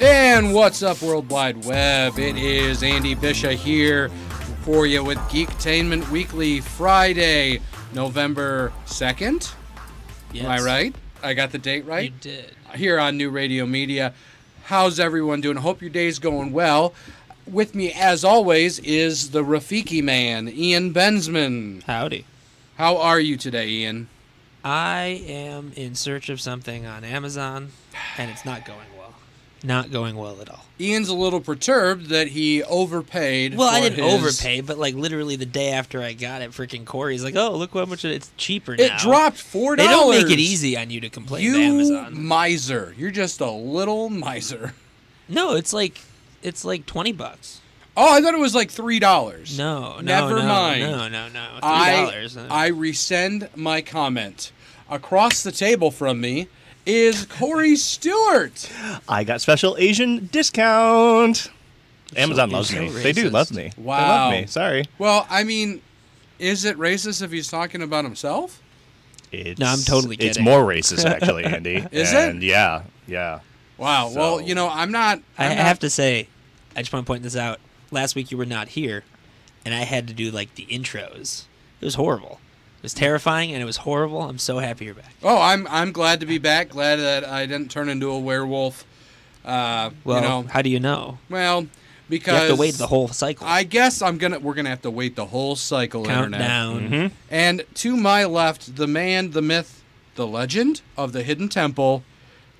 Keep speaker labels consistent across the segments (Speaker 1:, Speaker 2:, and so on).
Speaker 1: And what's up, World Wide Web? It is Andy Bisha here for you with Geektainment Weekly Friday, November 2nd.
Speaker 2: Yes.
Speaker 1: Am I right? I got the date
Speaker 2: You
Speaker 1: right?
Speaker 2: did.
Speaker 1: Here on New Radio Media. How's everyone doing? Hope your day's going well. With me, as always, is the Rafiki man, Ian Benzman.
Speaker 2: Howdy.
Speaker 1: How are you today, Ian?
Speaker 2: I am in search of something on Amazon, and it's not going well. Not going well at all.
Speaker 1: Ian's a little perturbed that he overpaid.
Speaker 2: Well, I
Speaker 1: for
Speaker 2: didn't
Speaker 1: his-
Speaker 2: overpay, but like literally the day after I got it, freaking Corey's like, "Oh, look how much it- it's cheaper now."
Speaker 1: It dropped four
Speaker 2: They
Speaker 1: dollars.
Speaker 2: don't make it easy on you to complain
Speaker 1: You
Speaker 2: to Amazon.
Speaker 1: miser. You're just a little miser.
Speaker 2: No, it's like it's like twenty bucks.
Speaker 1: Oh, I thought it was like three dollars.
Speaker 2: No, no,
Speaker 1: Never
Speaker 2: no,
Speaker 1: mind.
Speaker 2: No, no, no. Three
Speaker 1: I
Speaker 2: dollars.
Speaker 1: I rescind my comment. Across the table from me is Corey Stewart.
Speaker 3: I got special Asian discount. Amazon
Speaker 2: you're
Speaker 3: loves
Speaker 2: so
Speaker 3: me. They do
Speaker 2: racist.
Speaker 3: love me. They
Speaker 1: Wow.
Speaker 3: love me. Sorry.
Speaker 1: Well, I mean, is it racist if he's talking about himself?
Speaker 3: It's,
Speaker 2: No, I'm totally
Speaker 3: It's
Speaker 2: kidding.
Speaker 3: more racist, actually, Andy.
Speaker 1: Is
Speaker 3: and
Speaker 1: it?
Speaker 3: Yeah, yeah.
Speaker 1: Wow.
Speaker 3: So-
Speaker 1: Well, you know, I'm not.
Speaker 2: I
Speaker 1: I'm
Speaker 2: I
Speaker 1: not-
Speaker 2: have to say, I just want to point this out. Last week you were not here, and I had to do like the intros. It was horrible. It was terrifying and it was horrible. I'm so happy you're back.
Speaker 1: Oh, I'm I'm glad to be back. Glad that I didn't turn into a werewolf. Uh,
Speaker 2: Well,
Speaker 1: you know,
Speaker 2: how do you know?
Speaker 1: well,
Speaker 2: You
Speaker 1: because
Speaker 2: have to wait the whole cycle.
Speaker 1: I guess I'm gonna we're gonna have to wait the whole cycle. internet.
Speaker 2: Countdown.
Speaker 1: And to my left, the man, the myth, the legend of the hidden temple,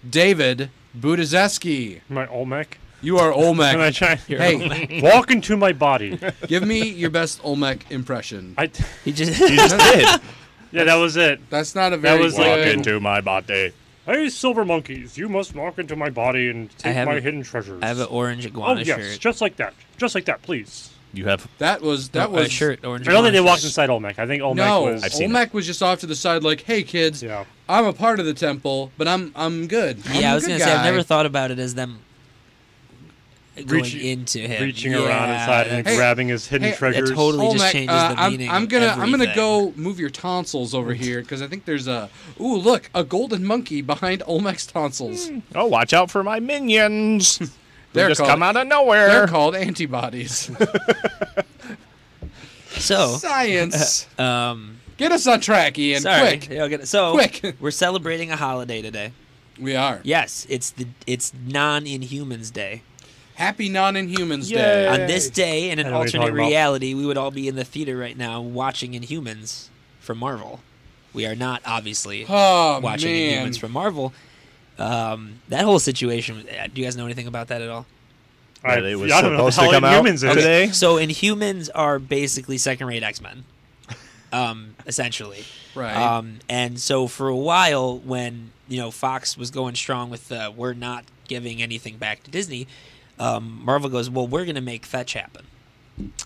Speaker 1: David Budizeski.
Speaker 4: My Olmec.
Speaker 1: You are Olmec.
Speaker 4: Can I try?
Speaker 1: hey,
Speaker 4: Walk into my body.
Speaker 1: give me your best Olmec impression.
Speaker 4: I,
Speaker 2: He just
Speaker 3: You just did.
Speaker 4: yeah, that was it.
Speaker 1: That's not a very
Speaker 4: was uh,
Speaker 3: Walk
Speaker 4: like-
Speaker 1: good.
Speaker 3: into my body.
Speaker 4: Hey, silver monkeys, you must walk into my body and take
Speaker 2: have
Speaker 4: my
Speaker 2: a-
Speaker 4: hidden treasures.
Speaker 2: I have an orange
Speaker 4: oh
Speaker 2: iguana
Speaker 4: yes,
Speaker 2: shirt.
Speaker 4: just like that, just like that, please.
Speaker 3: You have.
Speaker 1: that was that
Speaker 2: Oh,
Speaker 1: was
Speaker 2: a shirt orange.
Speaker 4: I don't think
Speaker 2: iguana
Speaker 4: they walked
Speaker 2: shirt.
Speaker 4: inside Olmec. I think Olmec
Speaker 1: No,
Speaker 4: was.
Speaker 3: I've seen
Speaker 1: Olmec was just off to the side, like, "Hey kids,
Speaker 4: Yeah.
Speaker 1: I'm a part of the temple, but I'm I'm good." I'm
Speaker 2: Yeah,
Speaker 1: a
Speaker 2: I was
Speaker 1: good
Speaker 2: gonna say I've
Speaker 1: guy."
Speaker 2: never thought about it as them going
Speaker 4: Reaching-
Speaker 2: into him,
Speaker 4: Reaching
Speaker 2: Yeah,
Speaker 4: around inside and
Speaker 1: Hey,
Speaker 4: grabbing his hidden
Speaker 1: hey, that
Speaker 4: treasures.
Speaker 2: totally- just
Speaker 1: Olmec,
Speaker 2: changes
Speaker 1: uh,
Speaker 2: the
Speaker 1: I'm,
Speaker 2: meaning
Speaker 1: I'm
Speaker 2: of
Speaker 1: gonna I'm gonna
Speaker 2: everything.
Speaker 1: go move your tonsils over here because I think there's a ooh look a golden monkey behind Olmec's tonsils.
Speaker 4: Hmm.
Speaker 3: Oh, watch out for my minions. they
Speaker 1: They're
Speaker 3: just
Speaker 1: called-
Speaker 3: come out of nowhere.
Speaker 1: They're called antibodies.
Speaker 2: So
Speaker 1: Science.
Speaker 2: um,
Speaker 1: Get us on track, Ian.
Speaker 2: sorry.
Speaker 1: Quick.
Speaker 2: Yeah, I'll get it. So
Speaker 1: Quick.
Speaker 2: we're celebrating a holiday today.
Speaker 1: We are.
Speaker 2: Yes, it's the it's non-inhumans day.
Speaker 1: Happy Non-Inhumans
Speaker 3: Yay.
Speaker 1: Day.
Speaker 2: On this day, in an
Speaker 4: I know what
Speaker 2: alternate
Speaker 4: you're talking about.
Speaker 2: reality, we would all be in the theater right now watching Inhumans from Marvel. We are not, obviously,
Speaker 1: Oh
Speaker 2: watching
Speaker 1: man.
Speaker 2: Inhumans from Marvel. Um, that whole situation. uh, Do you guys know anything about that at all?
Speaker 4: I,
Speaker 3: That it was
Speaker 4: I don't know
Speaker 3: supposed to
Speaker 4: how
Speaker 3: come out
Speaker 4: humans is.
Speaker 3: today.
Speaker 2: So Inhumans are basically second-rate X-Men, um, essentially.
Speaker 1: right.
Speaker 2: Um, and so for a while, when you know Fox was going strong with uh, we're not giving anything back to Disney, um, Marvel goes, well, we're going to make fetch happen.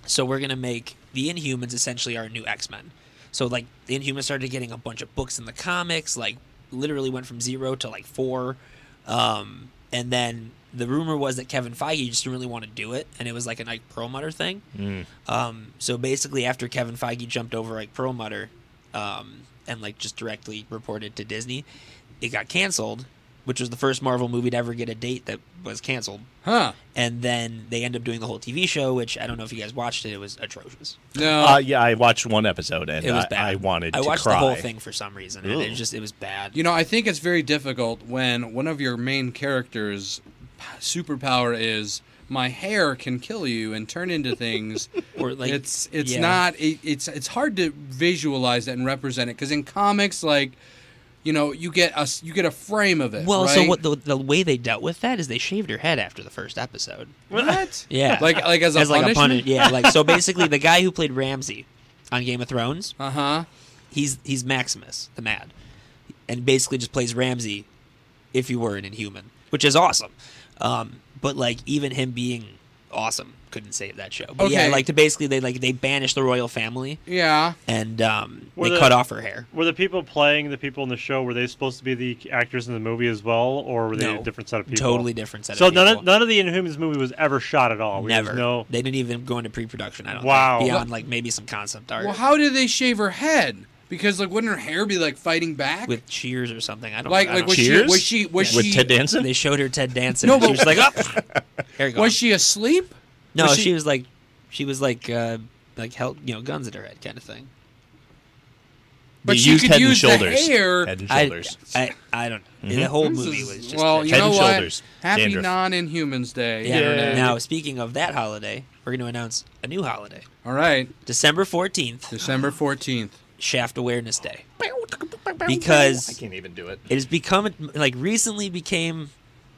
Speaker 2: So we're going to make the Inhumans essentially our new X Men. So like the Inhumans started getting a bunch of books in the comics, like literally went from zero to like four, um, and then. The rumor was that Kevin Feige just didn't really want to do it, and it was like an Ike Perlmutter thing. Um, so basically, after Kevin Feige jumped over like Perlmutter, um, and like just directly reported to Disney, it got canceled, which was the first Marvel movie to ever get a date that was canceled.
Speaker 1: huh.
Speaker 2: And then they end up doing the whole TV show, which I don't know if you guys watched it. It was atrocious.
Speaker 1: No.
Speaker 3: Uh, yeah, I watched one episode and
Speaker 2: It was
Speaker 3: I,
Speaker 2: bad.
Speaker 3: I wanted
Speaker 2: I
Speaker 3: to
Speaker 2: watched
Speaker 3: cry.
Speaker 2: the whole thing for some reason. And it
Speaker 3: Ooh.
Speaker 2: just it was bad.
Speaker 1: you know, I think it's very difficult when one of your main characters' p- superpower is my hair can kill you and turn into things.
Speaker 2: or like
Speaker 1: it's it's
Speaker 2: yeah.
Speaker 1: not it, it's it's hard to visualize that and represent it because in comics, like you know, you get a s- you get a frame of it.
Speaker 2: Well,
Speaker 1: right?
Speaker 2: so what the, the way they dealt with that is they shaved her head after the first episode.
Speaker 1: What?
Speaker 2: Yeah,
Speaker 1: Like like as a
Speaker 2: as like a
Speaker 1: punishment.
Speaker 2: punishment. Yeah, like so basically the guy who played Ramsey on Game of Thrones,
Speaker 1: uh huh.
Speaker 2: he's he's Maximus the Mad, and basically just plays Ramsey, if you were an Inhuman, which is awesome. Um, but like even him being awesome couldn't save that show. But yeah,
Speaker 1: Okay.
Speaker 2: like to basically they like they banished the royal family
Speaker 1: Yeah.
Speaker 2: and um,
Speaker 4: Were
Speaker 2: they
Speaker 4: the-
Speaker 2: cut off her hair.
Speaker 4: Were the people playing the people in the show? Were they supposed to be the actors in the movie as well, or were they
Speaker 2: No.
Speaker 4: a different set of people?
Speaker 2: Totally different set.
Speaker 4: So
Speaker 2: of
Speaker 4: none
Speaker 2: people.
Speaker 4: of, none of the Inhumans movie was ever shot at all. We just
Speaker 2: never.
Speaker 4: know-
Speaker 2: They didn't even go into pre-production. I don't.
Speaker 4: Wow.
Speaker 2: Think, beyond like maybe some concept art.
Speaker 1: Well, how did they shave her head? Because like, wouldn't her hair be like fighting back?
Speaker 2: with Cheers or something. I don't
Speaker 1: like,
Speaker 2: I
Speaker 1: like
Speaker 2: don't
Speaker 1: was she
Speaker 5: Cheers?
Speaker 1: was she was
Speaker 5: with
Speaker 1: she
Speaker 5: Ted Danson.
Speaker 2: They showed her Ted dancing.
Speaker 1: No,
Speaker 2: and she
Speaker 1: but-
Speaker 2: was like, oh, here you go.
Speaker 1: was she asleep?
Speaker 2: no,
Speaker 1: was she-
Speaker 2: she, was like, she was like, uh, like held, you know, guns at her head kind of thing.
Speaker 1: But
Speaker 5: They
Speaker 1: she
Speaker 5: used
Speaker 1: could
Speaker 5: head
Speaker 1: use the
Speaker 5: and shoulders.
Speaker 1: hair-
Speaker 5: Head and
Speaker 2: I-
Speaker 5: shoulders.
Speaker 2: I, I, don't. The whole
Speaker 1: This
Speaker 2: movie
Speaker 1: is-
Speaker 2: was just.
Speaker 1: well, you
Speaker 5: Head
Speaker 1: know
Speaker 5: and
Speaker 1: what?
Speaker 5: shoulders.
Speaker 1: Happy
Speaker 5: Dandruff.
Speaker 1: non-Inhumans Day.
Speaker 2: yeah.
Speaker 4: Internet.
Speaker 2: Now speaking of that holiday, we're going to announce a new holiday,
Speaker 1: All right,
Speaker 2: December fourteenth,
Speaker 1: December fourteenth.
Speaker 2: Shaft Awareness Day.
Speaker 5: I
Speaker 2: Because
Speaker 5: can't even do it.
Speaker 2: it has become like recently became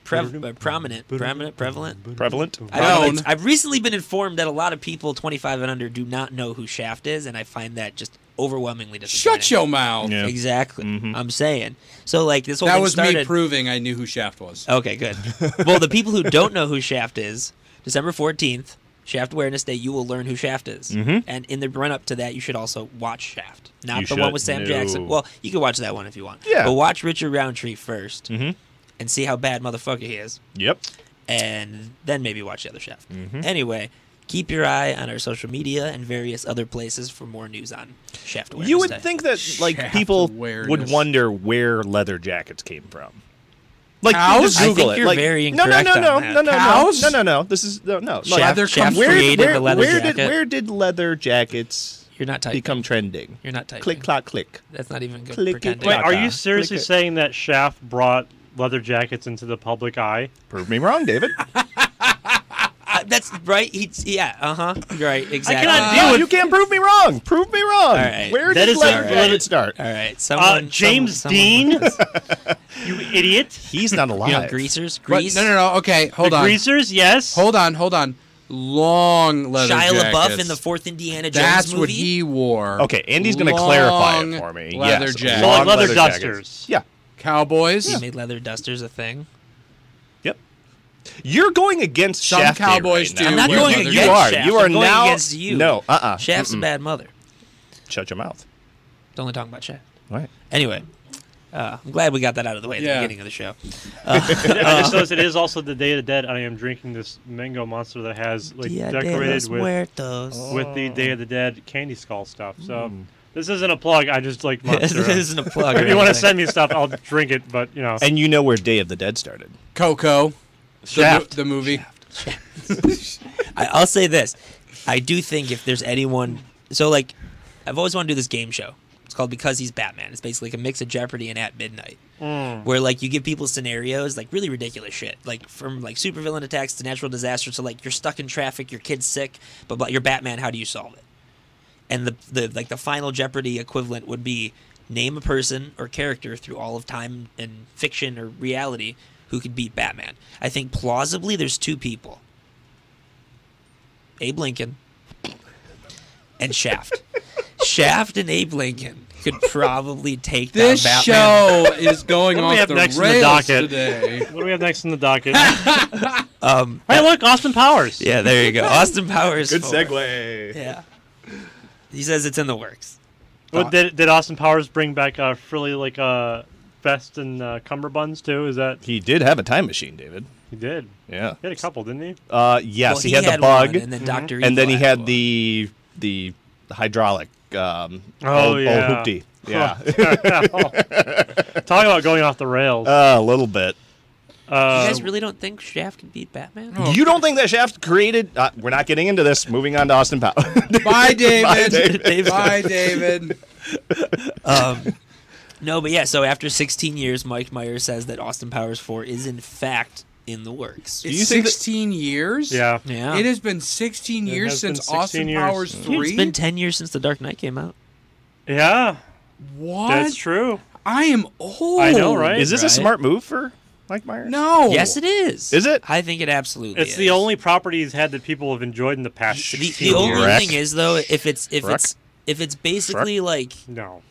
Speaker 2: prev- uh, prominent, prominent, prevalent.
Speaker 5: Prevalent.
Speaker 2: I don't know,
Speaker 1: Brown.
Speaker 2: it's- I've recently been informed that a lot of people 25 and under do not know who Shaft is, and I find that just overwhelmingly disappointing.
Speaker 1: Shut your mouth.
Speaker 5: Yeah.
Speaker 2: Exactly.
Speaker 5: Mhm.
Speaker 2: I'm saying. So like this whole
Speaker 1: That
Speaker 2: thing
Speaker 1: was me
Speaker 2: started.
Speaker 1: proving I knew who Shaft was.
Speaker 2: okay, good. well, the people who don't know who Shaft is, December 14th, Shaft Awareness Day, you will learn who Shaft is.
Speaker 5: Mhm.
Speaker 2: And in the run up to that, you should also watch Shaft, not
Speaker 5: You
Speaker 2: the one
Speaker 5: should-
Speaker 2: with Sam
Speaker 5: no.
Speaker 2: Jackson. Well, you can watch that one if you want.
Speaker 5: Yeah.
Speaker 2: But watch Richard Roundtree 1st
Speaker 5: Mhm.
Speaker 2: and see how bad motherfucker he is.
Speaker 5: Yep.
Speaker 2: and then maybe watch the other shaft.
Speaker 5: Mm-hmm.
Speaker 2: Anyway, keep your eye on our social media and various other places for more news on Shaft Awareness
Speaker 5: You would
Speaker 2: Day.
Speaker 5: think that like
Speaker 1: Shaft
Speaker 5: people would
Speaker 1: awareness.
Speaker 5: wonder where leather jackets came from. Like
Speaker 1: Cows?
Speaker 5: just
Speaker 1: I
Speaker 5: Google
Speaker 2: think
Speaker 5: it.
Speaker 2: you're
Speaker 5: like,
Speaker 2: very
Speaker 5: no, no, no,
Speaker 2: incorrect
Speaker 5: no,
Speaker 2: on that.
Speaker 5: no, no, no,
Speaker 1: Cows?
Speaker 5: no, no, no. This is no, no. Like,
Speaker 2: Shaft,
Speaker 1: Leather
Speaker 2: Shaft
Speaker 1: com-
Speaker 5: where,
Speaker 2: created
Speaker 5: where,
Speaker 2: the leather
Speaker 5: where
Speaker 2: jacket.
Speaker 5: did where did leather jackets
Speaker 2: You're not typing.
Speaker 5: become trending?
Speaker 2: You're not typing.
Speaker 5: Click clock click.
Speaker 2: That's not even good.
Speaker 5: Click it
Speaker 2: pretending.
Speaker 4: Wait, are
Speaker 5: Click
Speaker 4: you
Speaker 5: it.
Speaker 4: seriously saying that Shaft brought leather jackets into the public eye?
Speaker 5: Prove me wrong, David.
Speaker 2: Uh, that's right. He's yeah. Uh huh. Right. Exactly.
Speaker 4: cannot
Speaker 5: Ah, you can't prove me wrong. Prove me wrong.
Speaker 2: All right.
Speaker 5: Where
Speaker 4: That
Speaker 5: did
Speaker 4: is
Speaker 5: leather
Speaker 4: a-
Speaker 5: jackets start?
Speaker 2: All right.
Speaker 4: Uh,
Speaker 2: Someone.
Speaker 4: James
Speaker 2: someone-
Speaker 4: Dean,
Speaker 2: someone-
Speaker 4: you idiot.
Speaker 5: He's not alive.
Speaker 2: You know, greasers.
Speaker 1: But,
Speaker 2: Grease.
Speaker 1: no, no, no. Okay, hold
Speaker 4: the
Speaker 1: on.
Speaker 4: Greasers, yes.
Speaker 1: Hold on, hold on. Long leather
Speaker 2: Shia LaBeouf
Speaker 1: jackets.
Speaker 2: in the fourth Indiana Jones
Speaker 1: That's
Speaker 2: movie.
Speaker 1: what he wore.
Speaker 5: Okay, Andy's going to clarify
Speaker 1: Long
Speaker 5: it for me.
Speaker 1: Leather
Speaker 5: yes,
Speaker 1: jackets.
Speaker 4: So like
Speaker 5: long
Speaker 4: leather,
Speaker 5: jackets.
Speaker 4: dusters.
Speaker 5: Yeah.
Speaker 1: Cowboys.
Speaker 2: He made leather dusters a thing.
Speaker 5: Yep. You're going against
Speaker 1: Some
Speaker 5: Shaft Day
Speaker 1: cowboys
Speaker 5: right
Speaker 1: do
Speaker 5: now.
Speaker 2: I'm not
Speaker 1: wear
Speaker 2: going
Speaker 1: leather
Speaker 2: against
Speaker 5: You are.
Speaker 2: Shaft.
Speaker 5: You are
Speaker 2: I'm going
Speaker 5: now.
Speaker 2: against you.
Speaker 5: No. Uh. uh
Speaker 2: Shaft's a bad mother.
Speaker 5: Shut your mouth.
Speaker 2: Don't let talk about Shaft.
Speaker 5: All right.
Speaker 2: Anyway, uh, I'm glad we got that out of the way at
Speaker 1: Yeah.
Speaker 2: the beginning of the show.
Speaker 4: I just noticed it is also the Day of the Dead. I am drinking this mango monster that has like
Speaker 2: Dia de
Speaker 4: decorated
Speaker 2: los
Speaker 4: with
Speaker 2: Muertos.
Speaker 4: with the Day of the Dead candy skull stuff. So this isn't a plug. I just like
Speaker 2: Hmm. this
Speaker 4: monster.
Speaker 2: isn't a plug. or
Speaker 4: if you want to
Speaker 2: anything.
Speaker 4: send me stuff, I'll drink it. But you know,
Speaker 5: And you know where Day of the Dead started.
Speaker 1: Coco. The, mo-
Speaker 5: Shaft.
Speaker 1: the movie.
Speaker 2: I, I'll say this: I do think if there's anyone, so like, I've always wanted to do this game show. It's called Because He's Batman. It's basically like a mix of Jeopardy and At Midnight,
Speaker 1: Mm.
Speaker 2: where like you give people scenarios, like really ridiculous shit, like from like supervillain attacks to natural disasters to like you're stuck in traffic, your kid's sick, but but you're Batman. How do you solve it? And the the like the final Jeopardy equivalent would be name a person or character through all of time and fiction or reality who could beat Batman. I think plausibly there's two people. Abe Lincoln, and Shaft. Shaft and Abe Lincoln could probably take
Speaker 1: This
Speaker 2: down Batman.
Speaker 1: show is going
Speaker 4: What do we
Speaker 1: off
Speaker 4: have
Speaker 1: the
Speaker 4: next
Speaker 1: rails
Speaker 4: in the docket?
Speaker 1: today.
Speaker 4: what do we have next in the docket?
Speaker 2: Um,
Speaker 4: hey, look, Austin Powers.
Speaker 2: yeah, there you go. Austin Powers.
Speaker 5: Good
Speaker 2: four.
Speaker 5: segue.
Speaker 2: Oh. Yeah. He says it's in the works.
Speaker 4: What, did did Austin Powers bring back uh, frilly like uh, vest and uh, cummerbunds too? Is that
Speaker 5: He did have a time machine, David.
Speaker 4: he did?
Speaker 5: Yeah.
Speaker 4: He had a couple, didn't he?
Speaker 5: Uh. Yes.
Speaker 2: Well,
Speaker 5: he, had, the
Speaker 2: one,
Speaker 5: bug,
Speaker 2: and then Doctor.
Speaker 5: and then he had the the hydraulic. Um,
Speaker 4: Oh,
Speaker 5: old, old
Speaker 4: yeah.
Speaker 5: hoopty. Yeah.
Speaker 4: Talk Uh, about going off the rails.
Speaker 5: Uh, a little bit.
Speaker 2: You
Speaker 4: Uh,
Speaker 5: um,
Speaker 2: guys really don't think Shaft can beat Batman?
Speaker 1: Oh.
Speaker 5: You don't think that Shaft created? Uh, we're not getting into this. Moving on to Austin Powers.
Speaker 1: Bye,
Speaker 5: Bye,
Speaker 1: David.
Speaker 5: David.
Speaker 2: Dave's-
Speaker 1: Bye, David.
Speaker 2: Um, no, but yeah. So after 16 years, Mike Myers says that Austin Powers 4 is in fact in the works.
Speaker 1: It's
Speaker 5: you think that-
Speaker 1: 16 years?
Speaker 4: yeah.
Speaker 2: yeah,
Speaker 1: It has been 16
Speaker 4: It
Speaker 1: years
Speaker 4: has been
Speaker 1: since
Speaker 4: 16
Speaker 1: Austin
Speaker 4: years.
Speaker 1: Powers
Speaker 4: Dude,
Speaker 1: 3.
Speaker 2: It's been 10 years since The Dark Knight came out.
Speaker 4: Yeah,
Speaker 1: what?
Speaker 4: that's true.
Speaker 1: I am old.
Speaker 4: I know, right?
Speaker 5: Is this a
Speaker 2: Right.
Speaker 5: smart move for Mike Myers?
Speaker 1: No.
Speaker 2: Yes, it is.
Speaker 5: Oh. Is it?
Speaker 2: I think it absolutely.
Speaker 4: It's
Speaker 2: is.
Speaker 4: the only property he's had that people have enjoyed in the past.
Speaker 2: The,
Speaker 4: 16
Speaker 2: the only
Speaker 5: Correct.
Speaker 2: thing is though, if it's if
Speaker 5: Correct.
Speaker 2: it's if it's basically like
Speaker 4: No.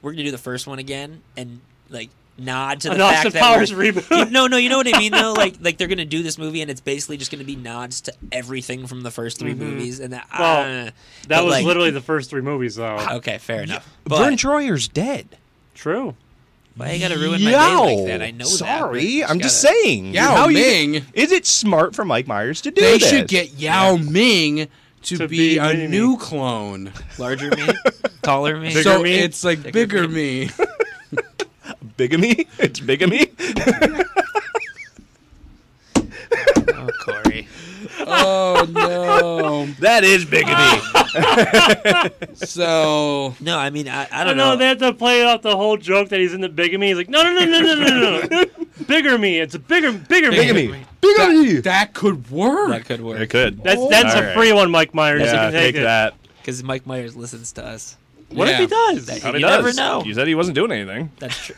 Speaker 2: we're gonna do the first one again and like nod to the
Speaker 4: An
Speaker 2: fact
Speaker 4: Austin
Speaker 2: that
Speaker 4: Powers
Speaker 2: we're-
Speaker 4: reboot.
Speaker 2: You- no, no, you know what I mean though. Like like they're gonna do this movie and it's basically just gonna be nods to everything from the first three movies and that.
Speaker 4: Mm-hmm. Well,
Speaker 2: uh,
Speaker 4: That
Speaker 2: but,
Speaker 4: was
Speaker 2: like-
Speaker 4: literally the first three movies, though.
Speaker 2: okay. Fair enough.
Speaker 5: Vern
Speaker 2: But
Speaker 5: Troyer's dead.
Speaker 4: True.
Speaker 2: why you gotta ruin my day
Speaker 5: Yo,
Speaker 2: like that? I know. that, but
Speaker 5: Sorry,
Speaker 2: you
Speaker 5: I'm just
Speaker 2: gotta-
Speaker 5: saying.
Speaker 1: Yao
Speaker 5: How you-
Speaker 1: Ming.
Speaker 5: is it smart for Mike Myers to do
Speaker 1: They
Speaker 5: this?
Speaker 1: should get Yao Ming to,
Speaker 4: To
Speaker 1: be,
Speaker 4: be
Speaker 1: a
Speaker 4: Mini-Me.
Speaker 1: new clone.
Speaker 2: Larger me. taller me.
Speaker 4: Bigger
Speaker 1: so
Speaker 4: me?
Speaker 1: it's like bigger, me.
Speaker 5: Bigamy? It's bigamy?
Speaker 2: oh, Corey.
Speaker 1: Oh no.
Speaker 5: that is bigamy.
Speaker 1: So
Speaker 2: No, I mean I, I
Speaker 4: I
Speaker 2: don't
Speaker 4: know
Speaker 2: know.
Speaker 4: they have to play out the whole joke that he's into bigamy. He's like, no, no, no, no, no, no, no, bigger me. It's a bigger, bigger me.
Speaker 5: bigamy. Bigamy.
Speaker 1: that could work.
Speaker 2: that could
Speaker 5: It
Speaker 2: work
Speaker 5: could.
Speaker 4: That's that's
Speaker 5: All
Speaker 4: a
Speaker 5: right.
Speaker 4: free one, Mike Myers. you
Speaker 5: yeah,
Speaker 4: can take,
Speaker 5: take
Speaker 4: it.
Speaker 5: that.
Speaker 2: because Mike Myers listens to us.
Speaker 4: What if he does?
Speaker 2: That-
Speaker 5: Probably
Speaker 2: you
Speaker 5: does.
Speaker 2: never know.
Speaker 5: You said he wasn't doing anything.
Speaker 2: That's true.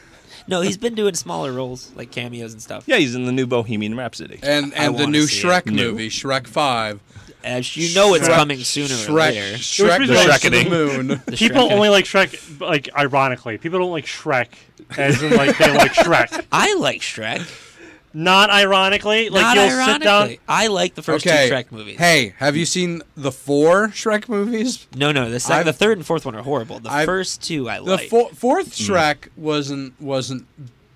Speaker 2: No, he's been doing smaller roles like cameos and stuff.
Speaker 5: Yeah, he's in the new Bohemian Rhapsody.
Speaker 1: And
Speaker 2: I
Speaker 1: and the
Speaker 2: wanna
Speaker 1: new
Speaker 2: see it.
Speaker 1: Shrek
Speaker 5: New.
Speaker 1: movie, Shrek Five.
Speaker 2: As you know, it's
Speaker 1: Shrek-
Speaker 2: coming sooner
Speaker 1: Shrek,
Speaker 2: or later.
Speaker 1: Shrek,
Speaker 4: Which was
Speaker 1: goes to the
Speaker 5: Shreketing.
Speaker 1: moon.
Speaker 2: The
Speaker 4: People
Speaker 2: Shrek-
Speaker 4: only like Shrek, like ironically. People don't like Shrek, as in like they like Shrek.
Speaker 2: I like Shrek.
Speaker 4: Not ironically, like
Speaker 2: Not
Speaker 4: you'll
Speaker 2: ironically,
Speaker 4: sit down.
Speaker 2: I like the first
Speaker 1: okay.
Speaker 2: two Shrek movies.
Speaker 1: Hey, have you seen the four Shrek movies?
Speaker 2: No, no, the
Speaker 1: I've-
Speaker 2: second, the third and fourth one are horrible. The
Speaker 1: I've-
Speaker 2: first two I
Speaker 1: The
Speaker 2: like. mm.
Speaker 1: fo- fourth Shrek wasn't wasn't